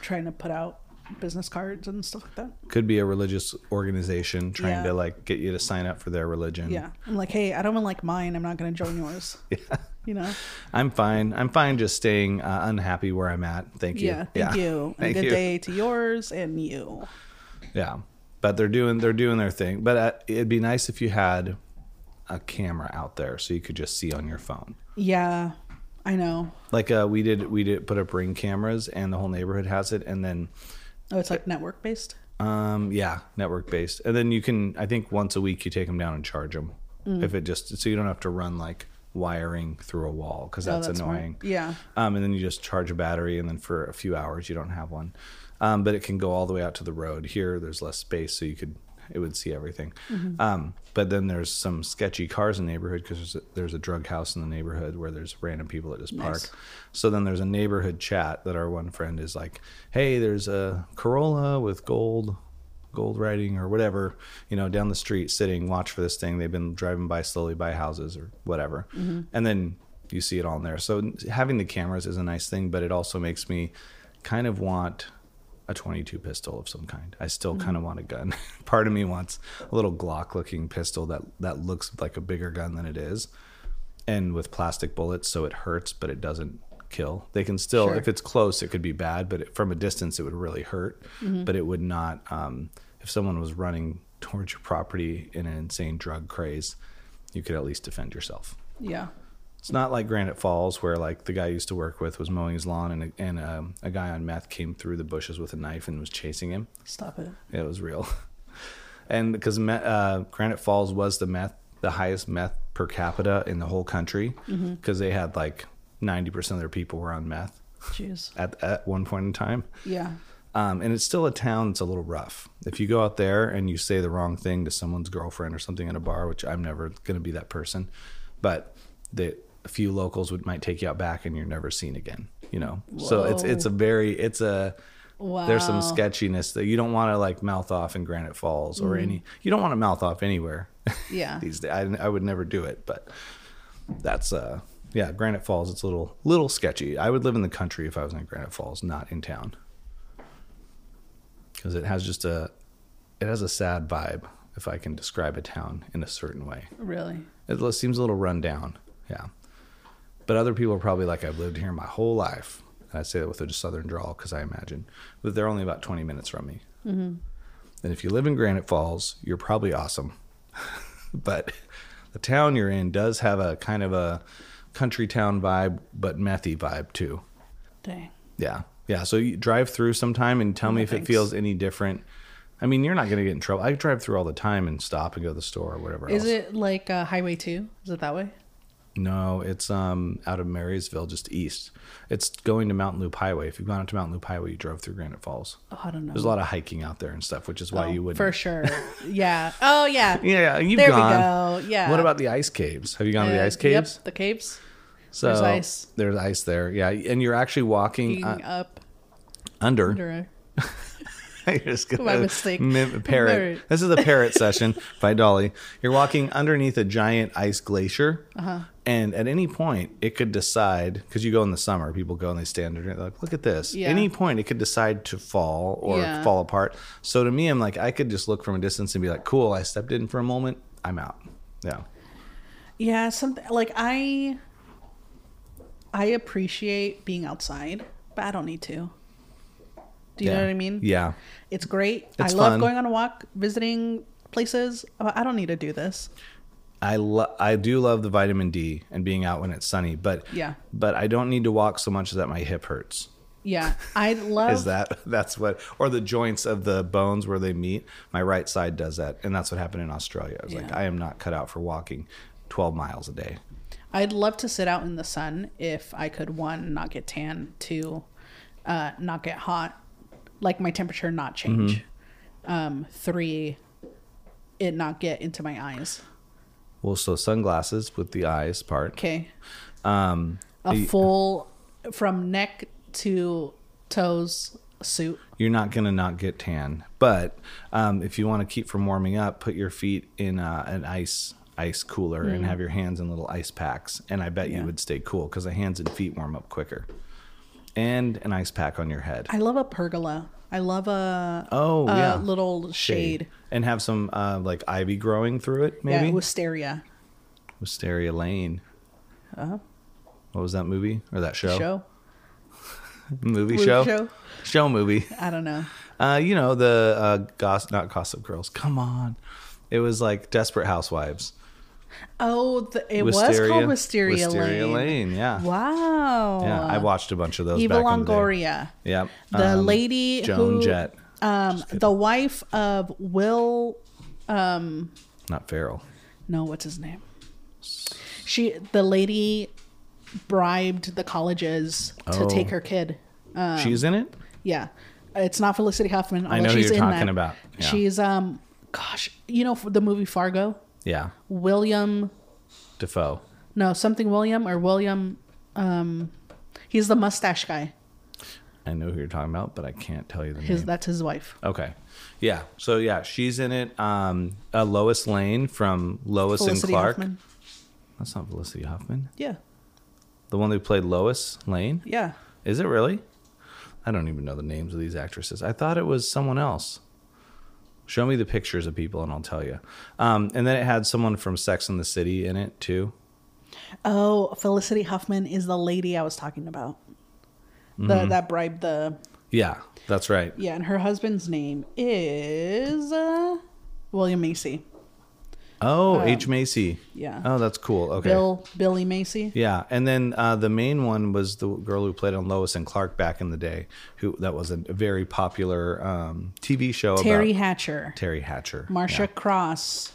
[SPEAKER 2] trying to put out business cards and stuff like that.
[SPEAKER 1] Could be a religious organization trying
[SPEAKER 2] Yeah.
[SPEAKER 1] to like get you to sign up for their religion.
[SPEAKER 2] Yeah, I'm like, hey, I don't even like mine. I'm not gonna join yours.
[SPEAKER 1] (laughs) Yeah.
[SPEAKER 2] You know?
[SPEAKER 1] I'm fine. I'm fine just staying uh, unhappy where I'm at. Thank you.
[SPEAKER 2] Yeah.
[SPEAKER 1] (laughs)
[SPEAKER 2] Thank you. And
[SPEAKER 1] Thank
[SPEAKER 2] good
[SPEAKER 1] you.
[SPEAKER 2] day to yours and you.
[SPEAKER 1] Yeah. But they're doing they're doing their thing. But uh, it'd be nice if you had a camera out there so you could just see on your phone.
[SPEAKER 2] Yeah, I know.
[SPEAKER 1] Like uh, we did we did put up ring cameras and the whole neighborhood has it and then
[SPEAKER 2] Oh, it's like network based.
[SPEAKER 1] Um, yeah, network based, and then you can. I think once a week you take them down and charge them
[SPEAKER 2] Mm.
[SPEAKER 1] if it just so you don't have to run like wiring through a wall because
[SPEAKER 2] Oh,
[SPEAKER 1] that's,
[SPEAKER 2] smart.
[SPEAKER 1] annoying.
[SPEAKER 2] Yeah.
[SPEAKER 1] Um, and then you just charge a battery, and then for a few hours you don't have one. Um, but it can go all the way out to the road. Here, there's less space, so you could it would see everything.
[SPEAKER 2] Mm-hmm.
[SPEAKER 1] Um, but then there's some sketchy cars in the neighborhood because there's a, there's a drug house in the neighborhood where there's random people that just park.
[SPEAKER 2] Nice.
[SPEAKER 1] So then there's a neighborhood chat that our one friend is like, "Hey, there's a Corolla with gold." Gold writing or whatever, you know, down the street, sitting, watch for this thing. They've been driving by slowly by houses or whatever, and then you see it all in there. So having the cameras is a nice thing, but it also makes me kind of want a a 22 pistol of some kind. I still kind of want a gun. (laughs) Part of me wants a little Glock looking pistol that that looks like a bigger gun than it is and with plastic bullets so it hurts but it doesn't kill. They can still
[SPEAKER 2] Sure.
[SPEAKER 1] if it's close it could be bad, but it, from a distance it would really hurt, but it would not um if someone was running towards your property in an insane drug craze, you could at least defend yourself.
[SPEAKER 2] Yeah.
[SPEAKER 1] It's not like Granite Falls where like the guy I used to work with was mowing his lawn and a, and um a guy on meth came through the bushes with a knife and was chasing him.
[SPEAKER 2] Stop it.
[SPEAKER 1] It was real. (laughs) And because me- uh, Granite Falls was the meth, the highest meth per capita in the whole country, because they had like 90% of their people were on meth
[SPEAKER 2] Jeez.
[SPEAKER 1] at, at one point in time.
[SPEAKER 2] Yeah.
[SPEAKER 1] Um, and it's still a town that's a little rough. If you go out there and you say the wrong thing to someone's girlfriend or something at a bar, which I'm never going to be that person, but the a few locals would might take you out back and you're never seen again. You know, so it's it's a very it's a
[SPEAKER 2] Wow.
[SPEAKER 1] there's some sketchiness that you don't want to like mouth off in Granite Falls or any you don't want to mouth off anywhere.
[SPEAKER 2] Mm. Yeah.
[SPEAKER 1] (laughs) these days I, I would never do it, but that's uh yeah Granite Falls. It's a little little sketchy. I would live in the country if I was in Granite Falls, not in town, because it has just a it has a sad vibe. If I can describe a town in a certain way,
[SPEAKER 2] Really.
[SPEAKER 1] it lo- seems a little run down. Yeah. But other people are probably like, I've lived here my whole life. And I say that with a southern drawl because I imagine that they're only about 20 minutes from me.
[SPEAKER 2] Mm-hmm.
[SPEAKER 1] And if you live in Granite Falls, you're probably awesome. (laughs) but the town you're in does have a kind of a country town vibe, but methy vibe too.
[SPEAKER 2] Dang.
[SPEAKER 1] Yeah. Yeah. So you drive through sometime and tell me if
[SPEAKER 2] thanks.
[SPEAKER 1] it feels any different. I mean, you're not going to get in trouble. I drive through all the time and stop and go to the store or whatever
[SPEAKER 2] Is
[SPEAKER 1] else.
[SPEAKER 2] it like uh, Highway Two? Is it that way?
[SPEAKER 1] No, it's um out of Marysville, just east. It's going to Mountain Loop Highway. If you've gone out to Mountain Loop Highway, you drove through Granite Falls.
[SPEAKER 2] Oh, I don't know.
[SPEAKER 1] There's a lot of hiking out there and stuff, which is why you wouldn't.
[SPEAKER 2] Oh, for sure. Yeah. Oh yeah.
[SPEAKER 1] (laughs) Yeah, you've
[SPEAKER 2] There we
[SPEAKER 1] gone.
[SPEAKER 2] go. Yeah.
[SPEAKER 1] What about the ice caves? Have you gone to the
[SPEAKER 2] Uh,
[SPEAKER 1] ice caves? Uh,
[SPEAKER 2] Yep, the caves.
[SPEAKER 1] So
[SPEAKER 2] there's ice.
[SPEAKER 1] There's ice there. Yeah, and you're actually walking
[SPEAKER 2] Being
[SPEAKER 1] uh,
[SPEAKER 2] up.
[SPEAKER 1] under.
[SPEAKER 2] Under.
[SPEAKER 1] (laughs) you're just gonna
[SPEAKER 2] My
[SPEAKER 1] (laughs)
[SPEAKER 2] mistake. (laughs)
[SPEAKER 1] mim- parrot.
[SPEAKER 2] Parrot.
[SPEAKER 1] This is the parrot session by Dolly. You're walking underneath a giant ice glacier,
[SPEAKER 2] Uh-huh.
[SPEAKER 1] and at any point it could decide because you go in the summer, people go and they stand under. it, They're like, look at this.
[SPEAKER 2] Yeah.
[SPEAKER 1] Any point it could decide to fall or
[SPEAKER 2] Yeah.
[SPEAKER 1] fall apart. So to me, I'm like, I could just look from a distance and be like, cool. I stepped in for a moment. I'm out. Yeah.
[SPEAKER 2] Yeah, something like I I appreciate being outside, but I don't need to. Do you
[SPEAKER 1] yeah.
[SPEAKER 2] know what I mean?
[SPEAKER 1] Yeah.
[SPEAKER 2] It's great.
[SPEAKER 1] It's
[SPEAKER 2] I love
[SPEAKER 1] fun.
[SPEAKER 2] going on a walk, visiting places. but I don't need to do this.
[SPEAKER 1] I lo- I do love the vitamin D and being out when it's sunny, but
[SPEAKER 2] Yeah.
[SPEAKER 1] but I don't need to walk so much that my hip hurts.
[SPEAKER 2] Yeah. I
[SPEAKER 1] (laughs)
[SPEAKER 2] love
[SPEAKER 1] is that that's what or the joints of the bones where they meet my right side does that and that's what happened in australia i was like
[SPEAKER 2] Yeah.
[SPEAKER 1] i am not cut out for walking 12 miles a day
[SPEAKER 2] I'd love to sit out in the sun if I could one not get tan, two uh, not get hot, like my temperature not
[SPEAKER 1] Mm-hmm.
[SPEAKER 2] change, um, three it not get into my eyes.
[SPEAKER 1] well so sunglasses with the eyes part
[SPEAKER 2] Okay,
[SPEAKER 1] um
[SPEAKER 2] a full from neck to toes suit.
[SPEAKER 1] you're not gonna not get tan but um if you want to keep from warming up put your feet in uh, an ice ice cooler and have your hands in little ice packs and i bet
[SPEAKER 2] Hmm. Yeah.
[SPEAKER 1] you would stay cool because the hands and feet warm up quicker and an ice pack on your head
[SPEAKER 2] I love a pergola. I love a
[SPEAKER 1] Oh,
[SPEAKER 2] a
[SPEAKER 1] yeah.
[SPEAKER 2] little shade.
[SPEAKER 1] and have some uh, like ivy growing through it
[SPEAKER 2] Yeah,
[SPEAKER 1] maybe
[SPEAKER 2] wisteria
[SPEAKER 1] Wisteria Lane. What was that movie or that show?
[SPEAKER 2] Uh-huh. show.
[SPEAKER 1] Movie
[SPEAKER 2] Movie
[SPEAKER 1] show?
[SPEAKER 2] show.
[SPEAKER 1] Show movie.
[SPEAKER 2] I don't know.
[SPEAKER 1] Uh, you know the uh, goss, not Gossip Girls. Come on, it was like Desperate Housewives.
[SPEAKER 2] Oh, the, it was called Wisteria,
[SPEAKER 1] Wisteria
[SPEAKER 2] Lane.
[SPEAKER 1] Yeah.
[SPEAKER 2] Wow.
[SPEAKER 1] Yeah, I watched a bunch of those.
[SPEAKER 2] Eva
[SPEAKER 1] back in the day.
[SPEAKER 2] Longoria.
[SPEAKER 1] Yep.
[SPEAKER 2] The
[SPEAKER 1] Um,
[SPEAKER 2] lady
[SPEAKER 1] Joan
[SPEAKER 2] who,
[SPEAKER 1] Jett,
[SPEAKER 2] Um, the wife of Will.
[SPEAKER 1] not Farrell.
[SPEAKER 2] No, what's his name? She, the lady, bribed the colleges to
[SPEAKER 1] Oh.
[SPEAKER 2] take her kid. Um,
[SPEAKER 1] She's in it.
[SPEAKER 2] Yeah, it's not Felicity Huffman. Although
[SPEAKER 1] know who
[SPEAKER 2] she's
[SPEAKER 1] you're
[SPEAKER 2] in
[SPEAKER 1] talking
[SPEAKER 2] that.
[SPEAKER 1] about. Yeah.
[SPEAKER 2] She's um, gosh, you know the movie Fargo.
[SPEAKER 1] Yeah,
[SPEAKER 2] William,
[SPEAKER 1] Defoe.
[SPEAKER 2] no, something William or William. Um, he's the mustache guy.
[SPEAKER 1] I know who you're talking about, but I can't tell you the
[SPEAKER 2] His
[SPEAKER 1] name.
[SPEAKER 2] that's his wife.
[SPEAKER 1] Okay. Yeah. So yeah, she's in it. Um, uh, Lois Lane from Lois and
[SPEAKER 2] Felicity
[SPEAKER 1] Clark.
[SPEAKER 2] Huffman.
[SPEAKER 1] That's not Felicity Huffman.
[SPEAKER 2] Yeah,
[SPEAKER 1] The one who played Lois Lane.
[SPEAKER 2] yeah.
[SPEAKER 1] Is it really? I don't even know the names of these actresses. I thought it was someone else. Show me the pictures of people and I'll tell you. Um, and then it had someone from Sex and the City in it too.
[SPEAKER 2] Oh, Felicity Huffman is the lady I was talking about. The
[SPEAKER 1] Mm-hmm.
[SPEAKER 2] that bribed the
[SPEAKER 1] Yeah, that's right.
[SPEAKER 2] yeah, and her husband's name is uh, William Macy.
[SPEAKER 1] Oh, H Macy.
[SPEAKER 2] yeah.
[SPEAKER 1] Oh, that's cool. Okay.
[SPEAKER 2] Bill Billy Macy.
[SPEAKER 1] Yeah, and then uh, the main one was the girl who played on Lois and Clark back in the day. Who that was a very popular um, TV show.
[SPEAKER 2] Terry
[SPEAKER 1] about
[SPEAKER 2] Hatcher.
[SPEAKER 1] Terry Hatcher.
[SPEAKER 2] Marsha Cross.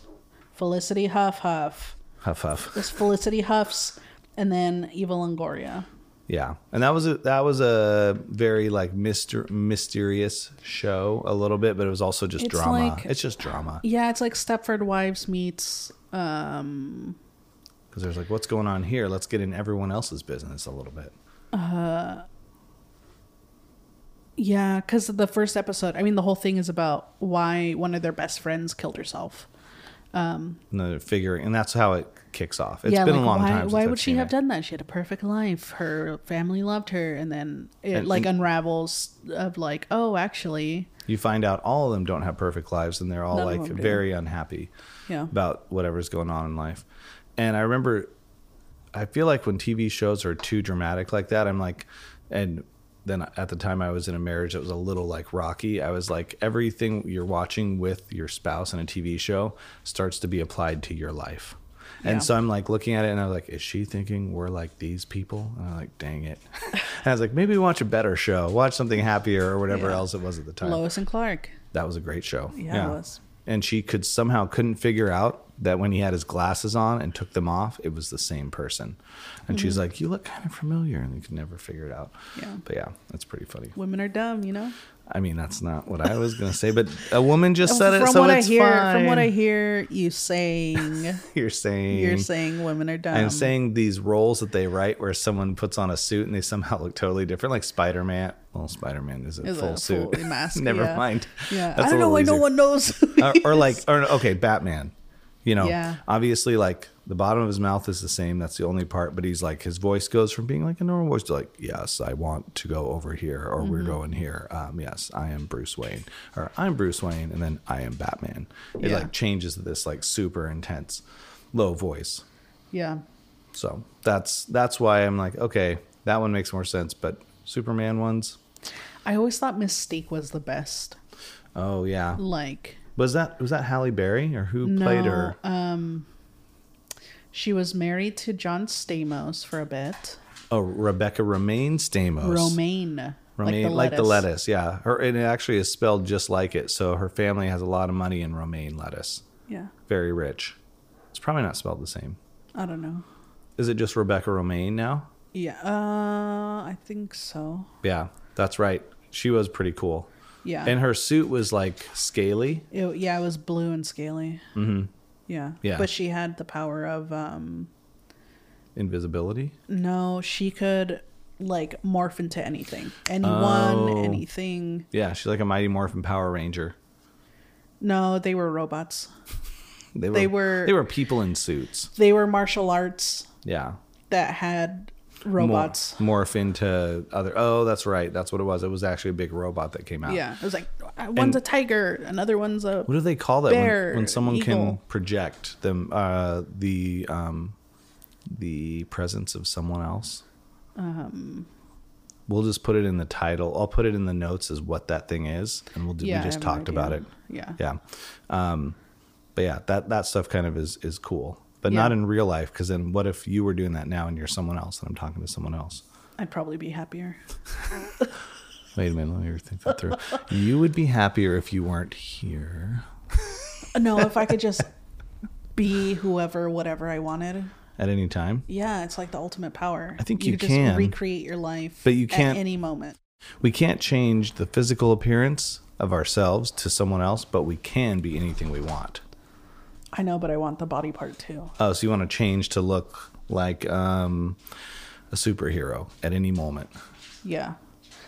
[SPEAKER 2] Felicity Huff Huff.
[SPEAKER 1] Yeah. Huff Huff.
[SPEAKER 2] It's Felicity Huff's and then Eva Longoria.
[SPEAKER 1] Yeah, and that was a that was a very like mister mysterious show a little bit, but it was also just
[SPEAKER 2] It's
[SPEAKER 1] drama.
[SPEAKER 2] like-
[SPEAKER 1] it's just drama
[SPEAKER 2] Yeah, it's like Stepford Wives meets um
[SPEAKER 1] because there's like what's going on here. Let's get in everyone else's business a little bit.
[SPEAKER 2] yeah, cuz the first episode, I mean the whole thing is about why one of their best friends killed herself.
[SPEAKER 1] And then figuring, and that's how it kicks off. It's
[SPEAKER 2] yeah,
[SPEAKER 1] been
[SPEAKER 2] like,
[SPEAKER 1] a long
[SPEAKER 2] why,
[SPEAKER 1] time. Since
[SPEAKER 2] why
[SPEAKER 1] I've
[SPEAKER 2] would she
[SPEAKER 1] seen
[SPEAKER 2] have
[SPEAKER 1] it.
[SPEAKER 2] done that? She had a perfect life. Her family loved her, and then it
[SPEAKER 1] And-
[SPEAKER 2] like
[SPEAKER 1] and-
[SPEAKER 2] unravels of like, oh, actually,
[SPEAKER 1] you find out all of them don't have perfect lives and they're all
[SPEAKER 2] None of
[SPEAKER 1] like
[SPEAKER 2] them do.
[SPEAKER 1] very unhappy
[SPEAKER 2] Yeah.
[SPEAKER 1] about whatever's going on in life and i remember i feel like when tv shows are too dramatic like that i'm like and then at the time i was in a marriage that was a little like rocky i was like everything you're watching with your spouse in a tv show starts to be applied to your life
[SPEAKER 2] Yeah.
[SPEAKER 1] and so I'm like looking at it and I'm like, is she thinking we're like these people? And I'm like, dang it. (laughs) and I was like, maybe watch a better show, watch something happier or whatever
[SPEAKER 2] Yeah.
[SPEAKER 1] else it was at the time.
[SPEAKER 2] Lois and Clark.
[SPEAKER 1] That was a great show.
[SPEAKER 2] Yeah, it was.
[SPEAKER 1] And she could somehow couldn't figure out that when he had his glasses on and took them off, it was the same person. And she's like, "You look kind of familiar," and you could never figure it out.
[SPEAKER 2] Mm-hmm. Yeah.
[SPEAKER 1] But yeah, that's pretty funny.
[SPEAKER 2] Women are dumb, you know.
[SPEAKER 1] I mean, that's not what I was gonna say, but a woman just said it,
[SPEAKER 2] from
[SPEAKER 1] so
[SPEAKER 2] what
[SPEAKER 1] it's
[SPEAKER 2] I hear, from what I
[SPEAKER 1] fine.
[SPEAKER 2] hear you saying,
[SPEAKER 1] You're saying.
[SPEAKER 2] you're saying um, women are dumb.
[SPEAKER 1] I'm saying these roles that they write where someone puts on a suit and they somehow look totally different, like Spider Man. Well, Spider Man is a
[SPEAKER 2] Is a
[SPEAKER 1] full suit.
[SPEAKER 2] full
[SPEAKER 1] (laughs)
[SPEAKER 2] mask,
[SPEAKER 1] Never
[SPEAKER 2] yeah.
[SPEAKER 1] mind.
[SPEAKER 2] Yeah,
[SPEAKER 1] That's
[SPEAKER 2] I
[SPEAKER 1] a
[SPEAKER 2] don't know
[SPEAKER 1] little
[SPEAKER 2] why no
[SPEAKER 1] easier.
[SPEAKER 2] one
[SPEAKER 1] (laughs)
[SPEAKER 2] knows.
[SPEAKER 1] or, or like or okay batman you know
[SPEAKER 2] Yeah.
[SPEAKER 1] obviously like the bottom of his mouth is the same that's the only part but he's like his voice goes from being like a normal voice to like yes i want to go over here or we're
[SPEAKER 2] Mm-hmm.
[SPEAKER 1] going here um, yes i am bruce wayne or i'm bruce wayne and then i am batman it
[SPEAKER 2] Yeah.
[SPEAKER 1] like changes to this like super intense low voice
[SPEAKER 2] (laughs) yeah,
[SPEAKER 1] so that's that's why i'm like okay that one makes more sense but superman ones
[SPEAKER 2] I always thought Mystique was the best.
[SPEAKER 1] oh yeah
[SPEAKER 2] Like,
[SPEAKER 1] was that was that halle berry or who played
[SPEAKER 2] Mm. no,
[SPEAKER 1] her
[SPEAKER 2] um, she was married to John Stamos for a bit.
[SPEAKER 1] Oh, Rebecca Romaine Stamos.
[SPEAKER 2] Romaine,
[SPEAKER 1] Romaine, like, the lettuce, yeah. Her and it actually is spelled just like it. So her family has a lot of money in romaine lettuce.
[SPEAKER 2] Yeah,
[SPEAKER 1] Very rich. It's probably not spelled the same.
[SPEAKER 2] I don't know.
[SPEAKER 1] Is it just Rebecca Romaine now?
[SPEAKER 2] Yeah, uh, I think so.
[SPEAKER 1] Yeah, that's right. She was pretty cool.
[SPEAKER 2] Yeah,
[SPEAKER 1] And her suit was like scaly.
[SPEAKER 2] It, yeah, it was blue and scaly. Mm-hmm. Yeah.
[SPEAKER 1] Yeah.
[SPEAKER 2] But she had the power of um
[SPEAKER 1] Invisibility.
[SPEAKER 2] no, she could like morph into anything. Anyone,
[SPEAKER 1] Oh.
[SPEAKER 2] anything.
[SPEAKER 1] Yeah, she's like a Mighty Morphin Power Ranger.
[SPEAKER 2] No, they were robots.
[SPEAKER 1] They were
[SPEAKER 2] They were-
[SPEAKER 1] they were people in suits.
[SPEAKER 2] They were martial arts
[SPEAKER 1] Yeah.
[SPEAKER 2] that had
[SPEAKER 1] Mor-
[SPEAKER 2] robots.
[SPEAKER 1] morph into other Oh, that's right. That's what it was. It was actually a big robot that came out.
[SPEAKER 2] Yeah. It was like "Uh, one's a tiger, another one's a
[SPEAKER 1] What do they call that
[SPEAKER 2] Bear,
[SPEAKER 1] when, when someone can
[SPEAKER 2] eagle.
[SPEAKER 1] project them uh, the um, the presence of someone else?
[SPEAKER 2] Um,
[SPEAKER 1] we'll just put it in the title. I'll put it in the notes as what that thing is, and we'll do,
[SPEAKER 2] Yeah, I
[SPEAKER 1] we just
[SPEAKER 2] have no
[SPEAKER 1] talked
[SPEAKER 2] idea.
[SPEAKER 1] about it.
[SPEAKER 2] Yeah.
[SPEAKER 1] yeah. Um, but yeah, that that stuff kind of is is cool, but
[SPEAKER 2] Yeah.
[SPEAKER 1] not in real life. Because then, what if you were doing that now and you're someone else, and I'm talking to someone else?
[SPEAKER 2] I'd probably
[SPEAKER 1] (laughs)
[SPEAKER 2] be happier.
[SPEAKER 1] Wait a minute, let me think that through.
[SPEAKER 2] (laughs)
[SPEAKER 1] you would be happier if you weren't here
[SPEAKER 2] no, if I could just (laughs) be whoever whatever I wanted.
[SPEAKER 1] at any time.
[SPEAKER 2] Yeah, it's like the ultimate power.
[SPEAKER 1] I think you
[SPEAKER 2] could
[SPEAKER 1] can,
[SPEAKER 2] just recreate your life
[SPEAKER 1] but you
[SPEAKER 2] at
[SPEAKER 1] can't-
[SPEAKER 2] any moment.
[SPEAKER 1] We can't change the physical appearance of ourselves to someone else, but we can be anything we want.
[SPEAKER 2] I know, but I want the body part too.
[SPEAKER 1] Oh, so you want to change to look like um, a superhero at any moment?
[SPEAKER 2] Yeah.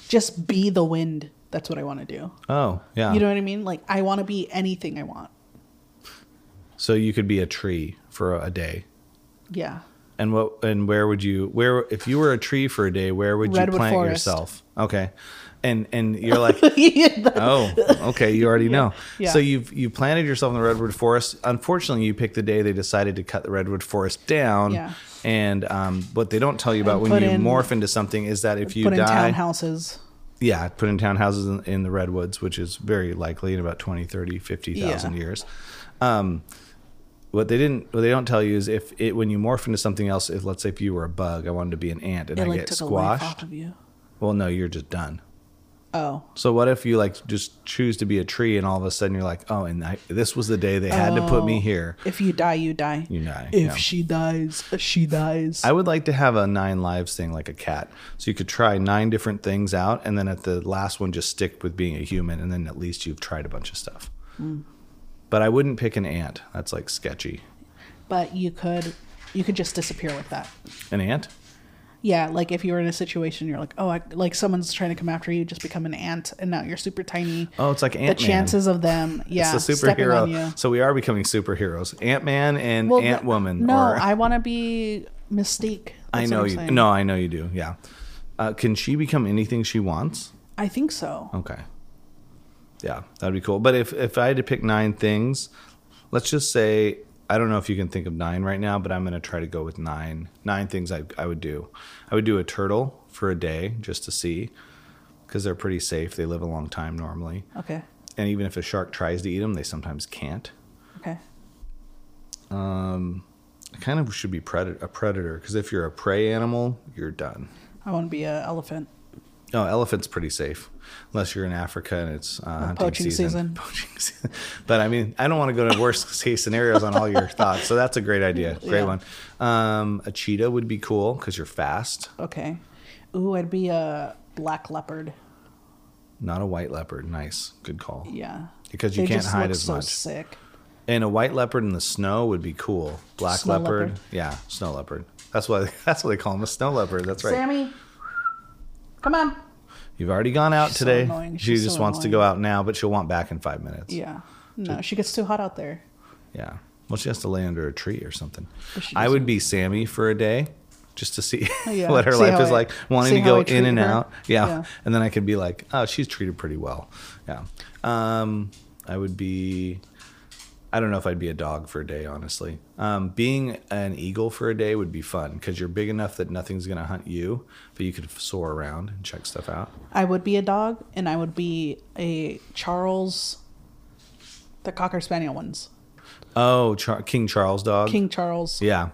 [SPEAKER 2] Just be the wind. That's what I want to do.
[SPEAKER 1] Oh, yeah.
[SPEAKER 2] You know what I mean? Like I want to be anything I want.
[SPEAKER 1] so you could be a tree for a day.
[SPEAKER 2] Yeah. (laughs)
[SPEAKER 1] And what? And where would you? Where if you were a tree for a day, where would you
[SPEAKER 2] Redwood
[SPEAKER 1] plant
[SPEAKER 2] forest.
[SPEAKER 1] yourself? Okay, and and you're like, oh, okay, you already know.
[SPEAKER 2] (laughs) Yeah.
[SPEAKER 1] So you've you planted yourself in the redwood forest. Unfortunately, you picked the day they decided to cut the redwood forest down.
[SPEAKER 2] Yeah.
[SPEAKER 1] And um, what they don't tell you about when
[SPEAKER 2] put
[SPEAKER 1] you
[SPEAKER 2] in-
[SPEAKER 1] morph into something is that if you
[SPEAKER 2] Put in
[SPEAKER 1] die,
[SPEAKER 2] townhouses.
[SPEAKER 1] yeah, put in townhouses in, in the redwoods, which is very likely in about 20, 30, 50,000
[SPEAKER 2] Yeah.
[SPEAKER 1] years. Um, what they didn't, what they don't tell you is if it, when you morph into something else, if let's say if you were a bug, I wanted to be an ant and
[SPEAKER 2] It
[SPEAKER 1] I
[SPEAKER 2] like
[SPEAKER 1] get
[SPEAKER 2] took a life off
[SPEAKER 1] squashed.
[SPEAKER 2] of you.
[SPEAKER 1] Well, no, you're just done.
[SPEAKER 2] Oh,
[SPEAKER 1] So what if you like just choose to be a tree and all of a sudden you're like, oh, and I, this was the day they had to put me
[SPEAKER 2] Oh.
[SPEAKER 1] here.
[SPEAKER 2] if you die, you die.
[SPEAKER 1] You die.
[SPEAKER 2] If
[SPEAKER 1] yeah.
[SPEAKER 2] she dies, she dies.
[SPEAKER 1] I would like to have a nine lives thing like a cat. So you could try nine different things out and then at the last one just stick with being a human and then at least you've tried a bunch of stuff.
[SPEAKER 2] Mm.
[SPEAKER 1] But I wouldn't pick an ant. That's like sketchy.
[SPEAKER 2] but you could, you could just disappear with that.
[SPEAKER 1] An ant?
[SPEAKER 2] Yeah, like if you were in a situation, you're like, oh, I, like someone's trying to come after you, just become an ant, and now you're super tiny.
[SPEAKER 1] Oh, it's like
[SPEAKER 2] the
[SPEAKER 1] Ant-Man.
[SPEAKER 2] chances of them, yeah,
[SPEAKER 1] it's a
[SPEAKER 2] stepping on
[SPEAKER 1] superhero.
[SPEAKER 2] you.
[SPEAKER 1] So we are becoming superheroes. Ant Man and
[SPEAKER 2] Well,
[SPEAKER 1] Ant Woman.
[SPEAKER 2] No,
[SPEAKER 1] or,
[SPEAKER 2] I want to be Mystique.
[SPEAKER 1] I
[SPEAKER 2] That's
[SPEAKER 1] know
[SPEAKER 2] what I'm
[SPEAKER 1] you.
[SPEAKER 2] saying.
[SPEAKER 1] No, I know you do. Yeah. Uh, can she become anything she wants?
[SPEAKER 2] I think so.
[SPEAKER 1] Okay. Yeah, that'd be cool. But if if I had to pick nine things, let's just say I don't know if you can think of nine right now, but I'm gonna try to go with nine. Nine things I I would do. I would do a turtle for a day just to see, because they're pretty safe. They live a long time normally,
[SPEAKER 2] Okay,
[SPEAKER 1] and even if a shark tries to eat them, they sometimes can't.
[SPEAKER 2] okay,
[SPEAKER 1] I kind of should be predator, a predator, because if you're a prey animal, you're done.
[SPEAKER 2] I want to be an elephant.
[SPEAKER 1] No, elephant's pretty safe, unless you're in Africa and it's uh, hunting
[SPEAKER 2] poaching season.
[SPEAKER 1] Poaching season. (laughs) But I mean, I don't want to go to worst (laughs) case scenarios on all your thoughts. So that's a great idea. Great
[SPEAKER 2] Yeah.
[SPEAKER 1] one. Um, a cheetah would be cool because you're fast.
[SPEAKER 2] Okay, ooh, I'd be a black leopard.
[SPEAKER 1] Not a white leopard. Nice, good call.
[SPEAKER 2] Yeah,
[SPEAKER 1] Because you
[SPEAKER 2] They
[SPEAKER 1] can't
[SPEAKER 2] just
[SPEAKER 1] hide
[SPEAKER 2] look
[SPEAKER 1] as
[SPEAKER 2] so
[SPEAKER 1] much.
[SPEAKER 2] Sick.
[SPEAKER 1] And a white leopard in the snow would be cool. Black
[SPEAKER 2] Snow
[SPEAKER 1] leopard.
[SPEAKER 2] leopard.
[SPEAKER 1] Yeah, snow leopard. That's why (laughs) that's what they call them, a snow leopard. That's right.
[SPEAKER 2] Sammy, come on.
[SPEAKER 1] You've already gone out
[SPEAKER 2] She's so
[SPEAKER 1] today.
[SPEAKER 2] annoying.
[SPEAKER 1] she
[SPEAKER 2] She's
[SPEAKER 1] just
[SPEAKER 2] so
[SPEAKER 1] wants to
[SPEAKER 2] annoying.
[SPEAKER 1] go out now, but she'll want back in five minutes.
[SPEAKER 2] Yeah, no, she gets too hot out there.
[SPEAKER 1] Yeah. Well, she has to lay under a tree or something.
[SPEAKER 2] But she Oh,
[SPEAKER 1] I would be Sammy for a day just to see (laughs)
[SPEAKER 2] Yeah.
[SPEAKER 1] what her
[SPEAKER 2] See
[SPEAKER 1] life
[SPEAKER 2] how
[SPEAKER 1] is
[SPEAKER 2] I-
[SPEAKER 1] like, wanting
[SPEAKER 2] see
[SPEAKER 1] to
[SPEAKER 2] how
[SPEAKER 1] go
[SPEAKER 2] I
[SPEAKER 1] in and
[SPEAKER 2] treated her.
[SPEAKER 1] out. Yeah.
[SPEAKER 2] Yeah.
[SPEAKER 1] And then I could be like, oh, she's treated pretty well. Yeah. Um, I would be, I don't know if I'd be a dog for a day, honestly. Um, being an eagle for a day would be fun because you're big enough that nothing's going to hunt you, but you could soar around and check stuff out.
[SPEAKER 2] I would be a dog, and I would be a Charles, the cocker spaniel ones,
[SPEAKER 1] Oh, Char- King Charles dog.
[SPEAKER 2] King Charles.
[SPEAKER 1] Yeah.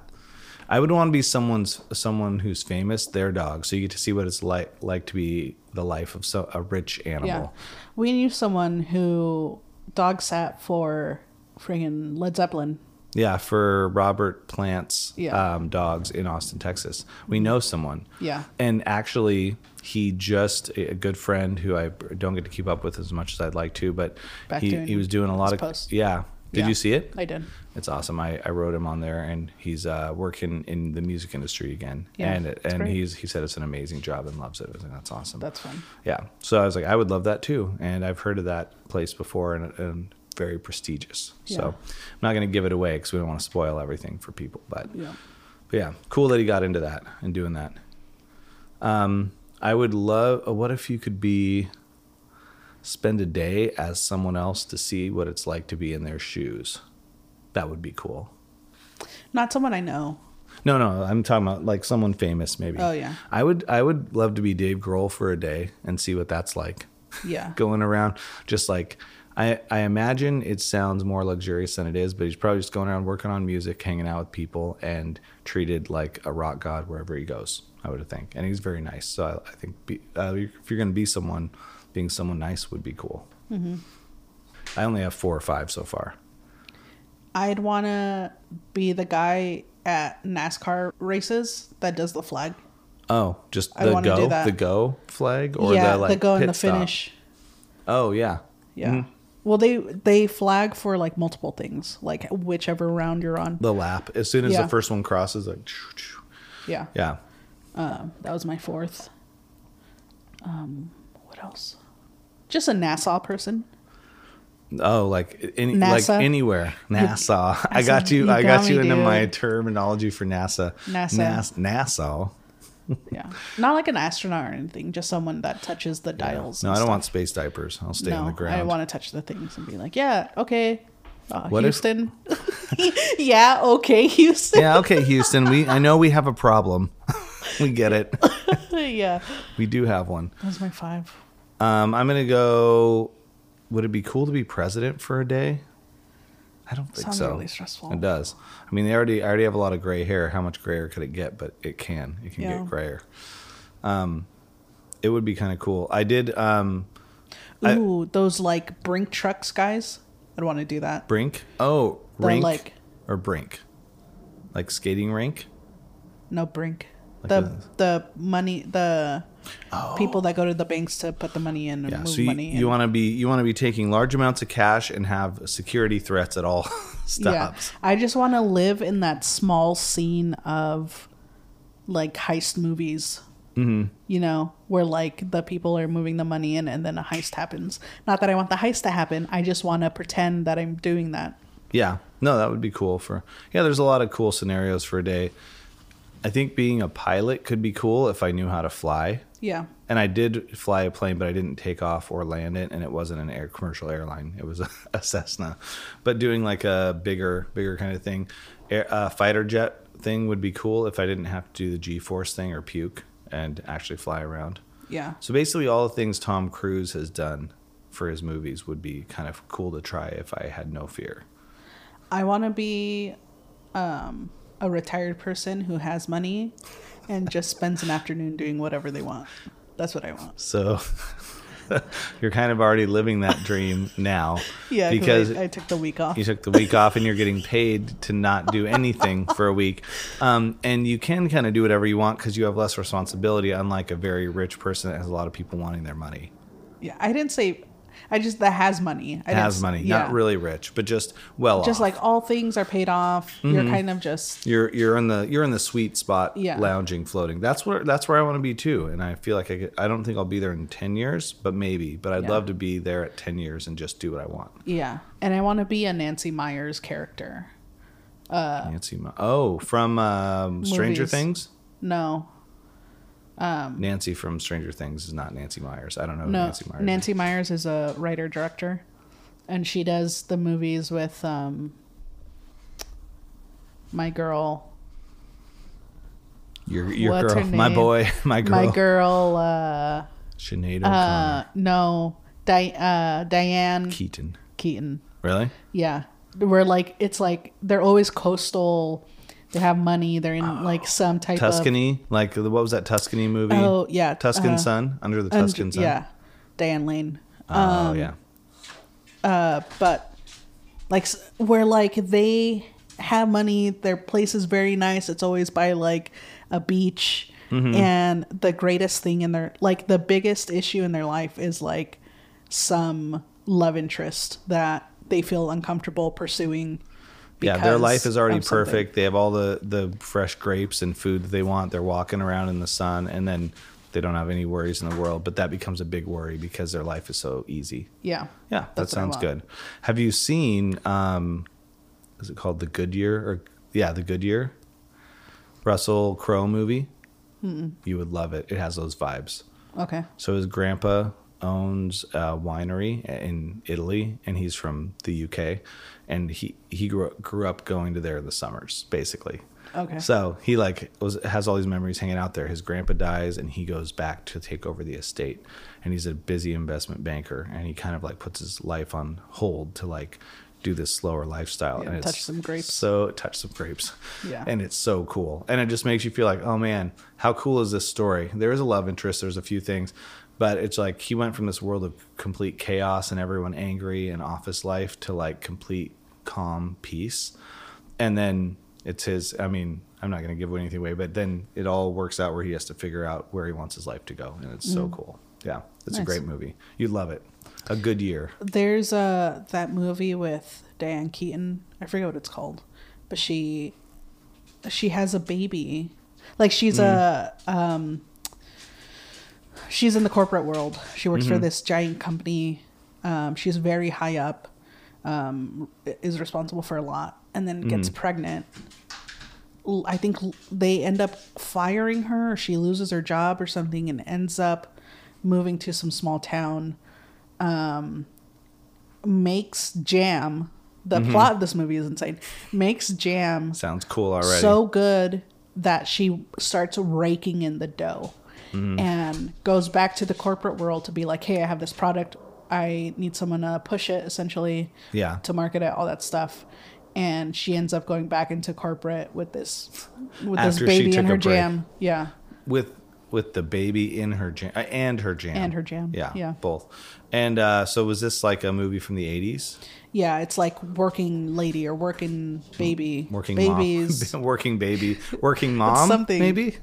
[SPEAKER 1] I would want to be someone's someone who's famous, their dog, so you get to see what it's like like to be the life of so, a rich
[SPEAKER 2] Yeah.
[SPEAKER 1] animal.
[SPEAKER 2] We knew someone who dog sat for friggin' Led Zeppelin.
[SPEAKER 1] Yeah, for Robert Plant's
[SPEAKER 2] Yeah.
[SPEAKER 1] um, dogs in Austin, Texas. We know someone.
[SPEAKER 2] Yeah.
[SPEAKER 1] And actually, he just a a good friend who I don't get to keep up with as much as I'd like to, but
[SPEAKER 2] Back
[SPEAKER 1] he,
[SPEAKER 2] doing
[SPEAKER 1] he was doing a lot
[SPEAKER 2] his
[SPEAKER 1] of
[SPEAKER 2] posts.
[SPEAKER 1] yeah. Did
[SPEAKER 2] Yeah.
[SPEAKER 1] you see it?
[SPEAKER 2] I did.
[SPEAKER 1] It's awesome. I, I wrote him on there, and he's uh, working in the music industry again.
[SPEAKER 2] Yeah,
[SPEAKER 1] and
[SPEAKER 2] that's
[SPEAKER 1] and
[SPEAKER 2] great.
[SPEAKER 1] he's he said it's an amazing job and loves it. I was like, that's awesome.
[SPEAKER 2] That's fun.
[SPEAKER 1] yeah. So I was like, I would love that too. And I've heard of that place before, and, and very prestigious. So
[SPEAKER 2] Yeah.
[SPEAKER 1] I'm not going to give it away because we don't want to spoil everything for people. But
[SPEAKER 2] Yeah.
[SPEAKER 1] but yeah, cool that he got into that and doing that. Um, I would love. uh, What if you could be spend a day as someone else to see what it's like to be in their shoes? That would be cool.
[SPEAKER 2] Not someone I know.
[SPEAKER 1] No, no, I'm talking about like someone famous, maybe.
[SPEAKER 2] Oh, yeah.
[SPEAKER 1] I would, I would love to be Dave Grohl for a day and see what that's like,
[SPEAKER 2] Yeah.
[SPEAKER 1] going around just like. I, I imagine it sounds more luxurious than it is, but he's probably just going around working on music, hanging out with people, and treated like a rock god wherever he goes. I would think, and he's very nice. So I, I think be, uh, if you're going to be someone, being someone nice would be cool.
[SPEAKER 2] Mm-hmm.
[SPEAKER 1] I only have four or five so far.
[SPEAKER 2] I'd want to be the guy at NASCAR races that does the flag.
[SPEAKER 1] Oh, just
[SPEAKER 2] I
[SPEAKER 1] the
[SPEAKER 2] wanna do
[SPEAKER 1] go,
[SPEAKER 2] that.
[SPEAKER 1] the go flag, or
[SPEAKER 2] yeah,
[SPEAKER 1] the like
[SPEAKER 2] the go and
[SPEAKER 1] pit
[SPEAKER 2] the
[SPEAKER 1] stop?
[SPEAKER 2] finish.
[SPEAKER 1] Oh yeah.
[SPEAKER 2] Yeah. Well, they they flag for like multiple things, like whichever round you're on.
[SPEAKER 1] The lap. As soon as
[SPEAKER 2] Yeah.
[SPEAKER 1] the first one crosses, like (sniffs) choo, choo.
[SPEAKER 2] Yeah.
[SPEAKER 1] yeah.
[SPEAKER 2] Um, that was my fourth. Um, what else? Just a Nassau person.
[SPEAKER 1] Oh, like any like
[SPEAKER 2] NASA.
[SPEAKER 1] anywhere. NASA. (laughs) I
[SPEAKER 2] NASA,
[SPEAKER 1] got you.
[SPEAKER 2] you
[SPEAKER 1] I got
[SPEAKER 2] got
[SPEAKER 1] you
[SPEAKER 2] me,
[SPEAKER 1] into my
[SPEAKER 2] dude.
[SPEAKER 1] terminology for NASA.
[SPEAKER 2] NASA.
[SPEAKER 1] Nas- Nassau.
[SPEAKER 2] yeah. Not like an astronaut or anything, just someone that touches the dials.
[SPEAKER 1] No, I
[SPEAKER 2] and
[SPEAKER 1] don't
[SPEAKER 2] stuff.
[SPEAKER 1] want space diapers. I'll stay on the ground.
[SPEAKER 2] I want to touch the things and be like, yeah, okay. Uh,
[SPEAKER 1] What if- (laughs)
[SPEAKER 2] Houston. (laughs) yeah, okay, (laughs) Houston.
[SPEAKER 1] yeah, okay, Houston. We I know we have a problem. (laughs) we get it.
[SPEAKER 2] (laughs) Yeah.
[SPEAKER 1] We do have one.
[SPEAKER 2] That was my five.
[SPEAKER 1] Um, I'm gonna go. Would it be cool to be president for a day? I don't think
[SPEAKER 2] Sounds
[SPEAKER 1] so.
[SPEAKER 2] really stressful.
[SPEAKER 1] It does. I mean, they already I already have a lot of gray hair. How much grayer could it get? But it can. It can
[SPEAKER 2] Yeah.
[SPEAKER 1] get grayer. Um, it would be kind of cool. I did um I-
[SPEAKER 2] Ooh, those like brink trucks guys. I'd want to do that.
[SPEAKER 1] brink. Oh,
[SPEAKER 2] The,
[SPEAKER 1] rink
[SPEAKER 2] like-
[SPEAKER 1] or brink, like skating rink.
[SPEAKER 2] No brink.
[SPEAKER 1] Like
[SPEAKER 2] the
[SPEAKER 1] a-
[SPEAKER 2] the money the people that go to the banks to put the money in and
[SPEAKER 1] Yeah.
[SPEAKER 2] move
[SPEAKER 1] So you,
[SPEAKER 2] money. in.
[SPEAKER 1] you want to be you want to be taking large amounts of cash and have security threats at all (laughs) stops.
[SPEAKER 2] Yeah. I just want to live in that small scene of like heist movies.
[SPEAKER 1] Mm-hmm.
[SPEAKER 2] You know, where like the people are moving the money in and then a heist happens. Not that I want the heist to happen. I just want to pretend that I'm doing that.
[SPEAKER 1] Yeah. No, that would be cool for. Yeah, there's a lot of cool scenarios for a day. I think being a pilot could be cool if I knew how to fly.
[SPEAKER 2] Yeah.
[SPEAKER 1] And I did fly a plane, but I didn't take off or land it, and it wasn't an air commercial airline. It was a, (laughs) Cessna. But doing like a bigger, bigger kind of thing, air, a fighter jet thing would be cool if I didn't have to do the G-force thing or puke and actually fly around.
[SPEAKER 2] Yeah.
[SPEAKER 1] So basically, all the things Tom Cruise has done for his movies would be kind of cool to try if I had no fear.
[SPEAKER 2] I want to be um, a retired person who has money and just spends an afternoon doing whatever they want. That's what I want.
[SPEAKER 1] So (laughs) you're kind of already living that dream now.
[SPEAKER 2] (laughs) Yeah,
[SPEAKER 1] because
[SPEAKER 2] because I, I took the week off.
[SPEAKER 1] you took the week off and you're getting paid to not do anything for a week. Um, and you can kind of do whatever you want because you have less responsibility, unlike a very rich person that has a lot of people wanting their money.
[SPEAKER 2] Yeah, I didn't say. I just that has money. I didn't
[SPEAKER 1] has
[SPEAKER 2] s-
[SPEAKER 1] money,
[SPEAKER 2] yeah.
[SPEAKER 1] not really rich, but just well
[SPEAKER 2] just
[SPEAKER 1] off.
[SPEAKER 2] like all things are paid off.
[SPEAKER 1] Mm-hmm.
[SPEAKER 2] You're kind of just
[SPEAKER 1] you're you're in the you're in the sweet spot,
[SPEAKER 2] Yeah.
[SPEAKER 1] lounging, floating. That's where that's where I want to be too. And I feel like I could, I don't think I'll be there in ten years, but maybe. But I'd
[SPEAKER 2] Yeah.
[SPEAKER 1] love to be there at ten years and just do what I want.
[SPEAKER 2] yeah. And I want to be a Nancy Myers character.
[SPEAKER 1] Nancy. Mo- oh, from um, Stranger
[SPEAKER 2] Movies.
[SPEAKER 1] Things.
[SPEAKER 2] No,
[SPEAKER 1] Nancy from Stranger Things is not Nancy Myers. I don't know who
[SPEAKER 2] no.
[SPEAKER 1] Nancy Myers. is.
[SPEAKER 2] Nancy Myers is a writer director, and she does the movies with um, my girl,
[SPEAKER 1] Your your
[SPEAKER 2] What's
[SPEAKER 1] girl,
[SPEAKER 2] her
[SPEAKER 1] my
[SPEAKER 2] name?
[SPEAKER 1] boy, (laughs) my girl,
[SPEAKER 2] my girl. Uh,
[SPEAKER 1] Sinead
[SPEAKER 2] uh,
[SPEAKER 1] O'Connor
[SPEAKER 2] no, Di- uh, Diane
[SPEAKER 1] Keaton.
[SPEAKER 2] Keaton.
[SPEAKER 1] Really?
[SPEAKER 2] Yeah. Where like it's like they're always coastal. They have money. They're in like some type of
[SPEAKER 1] Tuscany? Like the- what was that Tuscany movie?
[SPEAKER 2] Oh, yeah,
[SPEAKER 1] Tuscan
[SPEAKER 2] uh,
[SPEAKER 1] Sun under the
[SPEAKER 2] and-
[SPEAKER 1] Tuscan Sun.
[SPEAKER 2] Yeah. um, Diane Lane.
[SPEAKER 1] Oh yeah.
[SPEAKER 2] But like s- where like they have money, their place is very nice. It's always by like a beach.
[SPEAKER 1] Mm-hmm.
[SPEAKER 2] And the greatest thing in their like the biggest issue in their life is like some love interest that they feel uncomfortable pursuing.
[SPEAKER 1] Yeah, their
[SPEAKER 2] because
[SPEAKER 1] life is already
[SPEAKER 2] of something.
[SPEAKER 1] perfect. They have all the the fresh grapes and food that they want. They're walking around in the sun, and then they don't have any worries in the world. But that becomes a big worry because their life is so easy.
[SPEAKER 2] Yeah.
[SPEAKER 1] Yeah, that
[SPEAKER 2] That's what I
[SPEAKER 1] sounds
[SPEAKER 2] want.
[SPEAKER 1] good. Have you seen um is it called The Goodyear or yeah, The Goodyear? Russell Crowe movie? You would love it. It has those vibes.
[SPEAKER 2] Okay.
[SPEAKER 1] So his grandpa owns a winery in Italy, and he's from the UK, and he he grew up, grew up going to there in the summers, basically.
[SPEAKER 2] Okay.
[SPEAKER 1] So he like was has all these memories hanging out there. His grandpa dies, and he goes back to take over the estate, and he's a busy investment banker, and he kind of like puts his life on hold to like do this slower lifestyle
[SPEAKER 2] Yeah,
[SPEAKER 1] and
[SPEAKER 2] touch some grapes.
[SPEAKER 1] so touch some grapes
[SPEAKER 2] Yeah.
[SPEAKER 1] and it's so cool and it just makes you feel like oh man how cool is this story there is a love interest there's a few things but it's like he went from this world of complete chaos and everyone angry and office life to like complete calm peace and then it's his i mean i'm not going to give anything away but then it all works out where he has to figure out where he wants his life to go and it's so cool yeah it's a
[SPEAKER 2] Mm. Nice.
[SPEAKER 1] great movie you'd love it a good year
[SPEAKER 2] There's uh that movie with Diane Keaton. I forget what it's called, but she she has a baby. Like she's a um she's in the corporate world. She works for this giant company. Um, she's very high up. Um, is responsible for a lot, and then gets pregnant, l- I think l- they end up firing her, or she loses her job or something, and ends up moving to some small town. Um, makes Jam. The plot of this movie is insane. Makes Jam
[SPEAKER 1] Sounds cool already.
[SPEAKER 2] so good that she starts raking in the dough
[SPEAKER 1] Mm-hmm.
[SPEAKER 2] and goes back to the corporate world to be like, hey, I have this product. I need someone to push it essentially
[SPEAKER 1] Yeah.
[SPEAKER 2] to market it, all that stuff. And she ends up going back into corporate with this with this
[SPEAKER 1] After she
[SPEAKER 2] baby and
[SPEAKER 1] took a
[SPEAKER 2] her
[SPEAKER 1] break.
[SPEAKER 2] jam. Yeah.
[SPEAKER 1] with with the baby in her jam uh, and her jam
[SPEAKER 2] And her jam,
[SPEAKER 1] Yeah,
[SPEAKER 2] yeah.
[SPEAKER 1] both. And uh, so was this like a movie from the eighties?
[SPEAKER 2] Yeah. It's like working lady or working baby.
[SPEAKER 1] Working (laughs)
[SPEAKER 2] babies.
[SPEAKER 1] mom, working baby, working mom,
[SPEAKER 2] something.
[SPEAKER 1] maybe.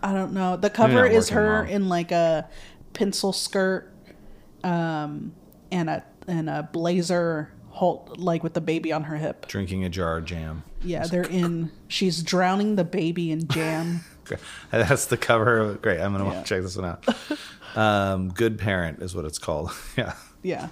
[SPEAKER 2] I don't know. The cover
[SPEAKER 1] not
[SPEAKER 2] is
[SPEAKER 1] working
[SPEAKER 2] her
[SPEAKER 1] mom.
[SPEAKER 2] in like a pencil skirt, um, and a and a blazer, hold, like with the baby on her hip.
[SPEAKER 1] Drinking a jar of jam.
[SPEAKER 2] Yeah, they're in. She's drowning the baby
[SPEAKER 1] (laughs)
[SPEAKER 2] in jam.
[SPEAKER 1] Great. That's the cover. of Great, I'm gonna
[SPEAKER 2] Yeah.
[SPEAKER 1] want to check this one out. um, good parent is what it's called. (laughs) yeah,
[SPEAKER 2] yeah,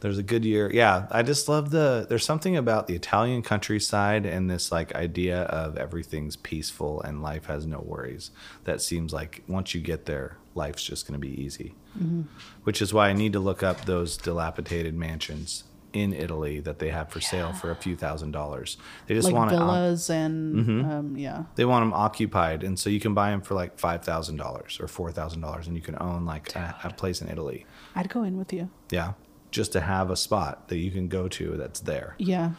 [SPEAKER 1] there's a good year. Yeah, I just love the. There's something about the Italian countryside and this like idea of everything's peaceful and life has no worries. That seems like once you get there, life's just gonna be easy.
[SPEAKER 2] Mm-hmm.
[SPEAKER 1] Which is why I need to look up those dilapidated mansions in Italy that they have for sale for a few thousand dollars. They just
[SPEAKER 2] like
[SPEAKER 1] want to
[SPEAKER 2] villas and
[SPEAKER 1] Mm-hmm.
[SPEAKER 2] um, yeah,
[SPEAKER 1] they want them occupied and so you can buy them for like $5000 or $4000 and you can own like a, a place in italy
[SPEAKER 2] I'd go in with you.
[SPEAKER 1] yeah just to have a spot that you can go to that's there
[SPEAKER 2] Yeah,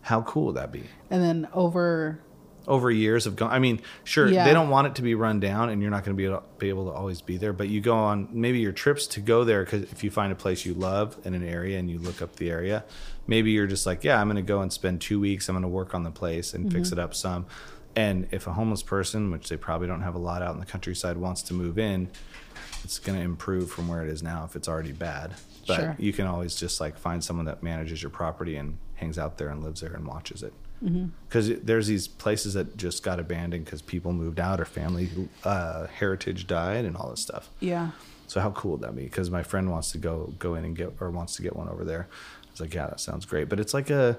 [SPEAKER 1] how cool would that be
[SPEAKER 2] and then over.
[SPEAKER 1] over years of going i mean sure
[SPEAKER 2] Yeah.
[SPEAKER 1] they don't want it to be run down and you're not going to be able, be able to always be there but you go on maybe your trips to go there because if you find a place you love in an area and you look up the area maybe you're just like yeah i'm going to go and spend two weeks i'm going to work on the place and fix it up some and if a homeless person which they probably don't have a lot out in the countryside wants to move in it's going to improve from where it is now if it's already bad but
[SPEAKER 2] Sure.
[SPEAKER 1] you can always just like find someone that manages your property and hangs out there and lives there and watches it because there's these places that just got abandoned because people moved out or family uh, heritage died and all this stuff
[SPEAKER 2] Yeah,
[SPEAKER 1] so how cool would that be because my friend wants to go go in and get or wants to get one over there i was like yeah that sounds great but it's like a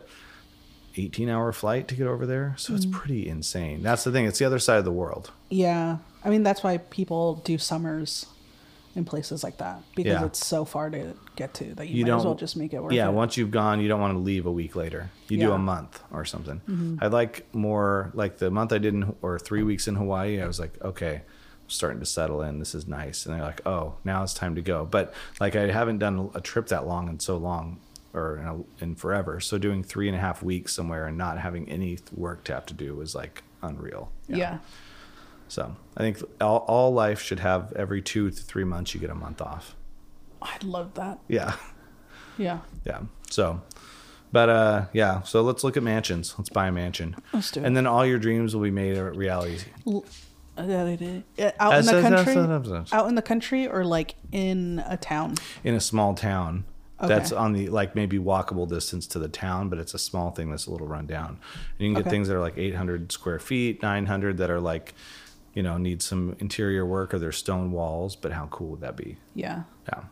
[SPEAKER 1] 18 hour flight to get over there so it's pretty insane that's the thing it's the other side of the world
[SPEAKER 2] yeah. I mean, that's why people do summers in places like that because
[SPEAKER 1] Yeah.
[SPEAKER 2] it's so far to get to that you,
[SPEAKER 1] you
[SPEAKER 2] might
[SPEAKER 1] don't
[SPEAKER 2] as well just make it work.
[SPEAKER 1] yeah
[SPEAKER 2] it.
[SPEAKER 1] once you've gone you don't want to leave a week later you do
[SPEAKER 2] Yeah. Mm-hmm.
[SPEAKER 1] a month or something i like more like the month i did in or three weeks in hawaii i was like okay I'm starting to settle in this is nice and they're like oh now it's time to go but like i haven't done a trip that long in so long or in, a, in forever so doing three and a half weeks somewhere and not having any work to have to do was like unreal
[SPEAKER 2] yeah.
[SPEAKER 1] so i think all, all life should have every two to three months you get a month off
[SPEAKER 2] I'd love that.
[SPEAKER 1] yeah
[SPEAKER 2] Yeah,
[SPEAKER 1] yeah. So, but uh, yeah. So let's look at mansions. Let's buy a mansion.
[SPEAKER 2] Let's do it.
[SPEAKER 1] And then all your dreams will be made a reality.
[SPEAKER 2] L- uh, that it is. Uh, out in
[SPEAKER 1] That's-
[SPEAKER 2] the
[SPEAKER 1] that's-
[SPEAKER 2] country
[SPEAKER 1] that's- that's-
[SPEAKER 2] out in the country or like in a town
[SPEAKER 1] in a small town that's
[SPEAKER 2] Okay.
[SPEAKER 1] on the like maybe walkable distance to the town, but it's a small thing that's a little run down. And you can get
[SPEAKER 2] Okay.
[SPEAKER 1] things that are like 800 square feet, 900 that are like, you know, need some interior work or they're stone walls. But how cool would that be?
[SPEAKER 2] yeah
[SPEAKER 1] Yeah.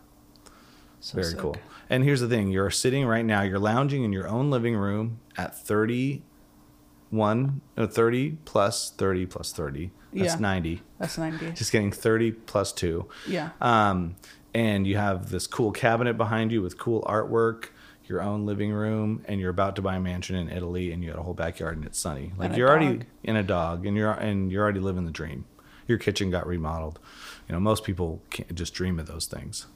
[SPEAKER 2] so
[SPEAKER 1] Very
[SPEAKER 2] sick.
[SPEAKER 1] cool. And here's the thing you're sitting right now, you're lounging in your own living room at 31, no, 30 plus 30 plus 30. That's
[SPEAKER 2] Yeah.
[SPEAKER 1] 90.
[SPEAKER 2] that's 90
[SPEAKER 1] Just getting 30 plus 2.
[SPEAKER 2] yeah
[SPEAKER 1] Um, and you have this cool cabinet behind you with cool artwork, your own living room, and you're about to buy a mansion in Italy, and you got a whole backyard and it's sunny. Like
[SPEAKER 2] And a
[SPEAKER 1] you're already
[SPEAKER 2] dog.
[SPEAKER 1] in a dog, and you're and you're already living the dream. Your kitchen got remodeled. You know, most people can't just dream of those things.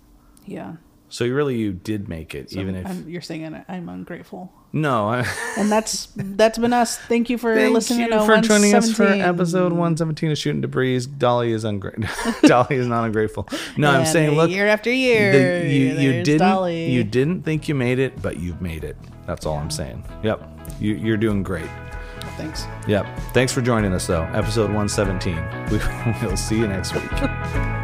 [SPEAKER 2] yeah
[SPEAKER 1] So you really you did make it,
[SPEAKER 2] So
[SPEAKER 1] even if
[SPEAKER 2] I'm, you're singing it i'm ungrateful
[SPEAKER 1] no. I, (laughs)
[SPEAKER 2] and (laughs) that's that's been us thank you for
[SPEAKER 1] thank
[SPEAKER 2] listening
[SPEAKER 1] you
[SPEAKER 2] to
[SPEAKER 1] for joining us for
[SPEAKER 2] 117.
[SPEAKER 1] episode one seventeen of Shooting Debris. Dolly is ungrateful. (laughs) Dolly is not ungrateful. No, I'm
[SPEAKER 2] And
[SPEAKER 1] saying look,
[SPEAKER 2] year after
[SPEAKER 1] the-
[SPEAKER 2] year
[SPEAKER 1] you you
[SPEAKER 2] there's
[SPEAKER 1] didn't
[SPEAKER 2] Dolly.
[SPEAKER 1] you didn't think you made it, but you've made it. That's all I'm saying. Yep, you, you're doing great.
[SPEAKER 2] Oh, thanks
[SPEAKER 1] (laughs) Yep. Thanks for joining us though. Episode one seventeen. We will see you next week.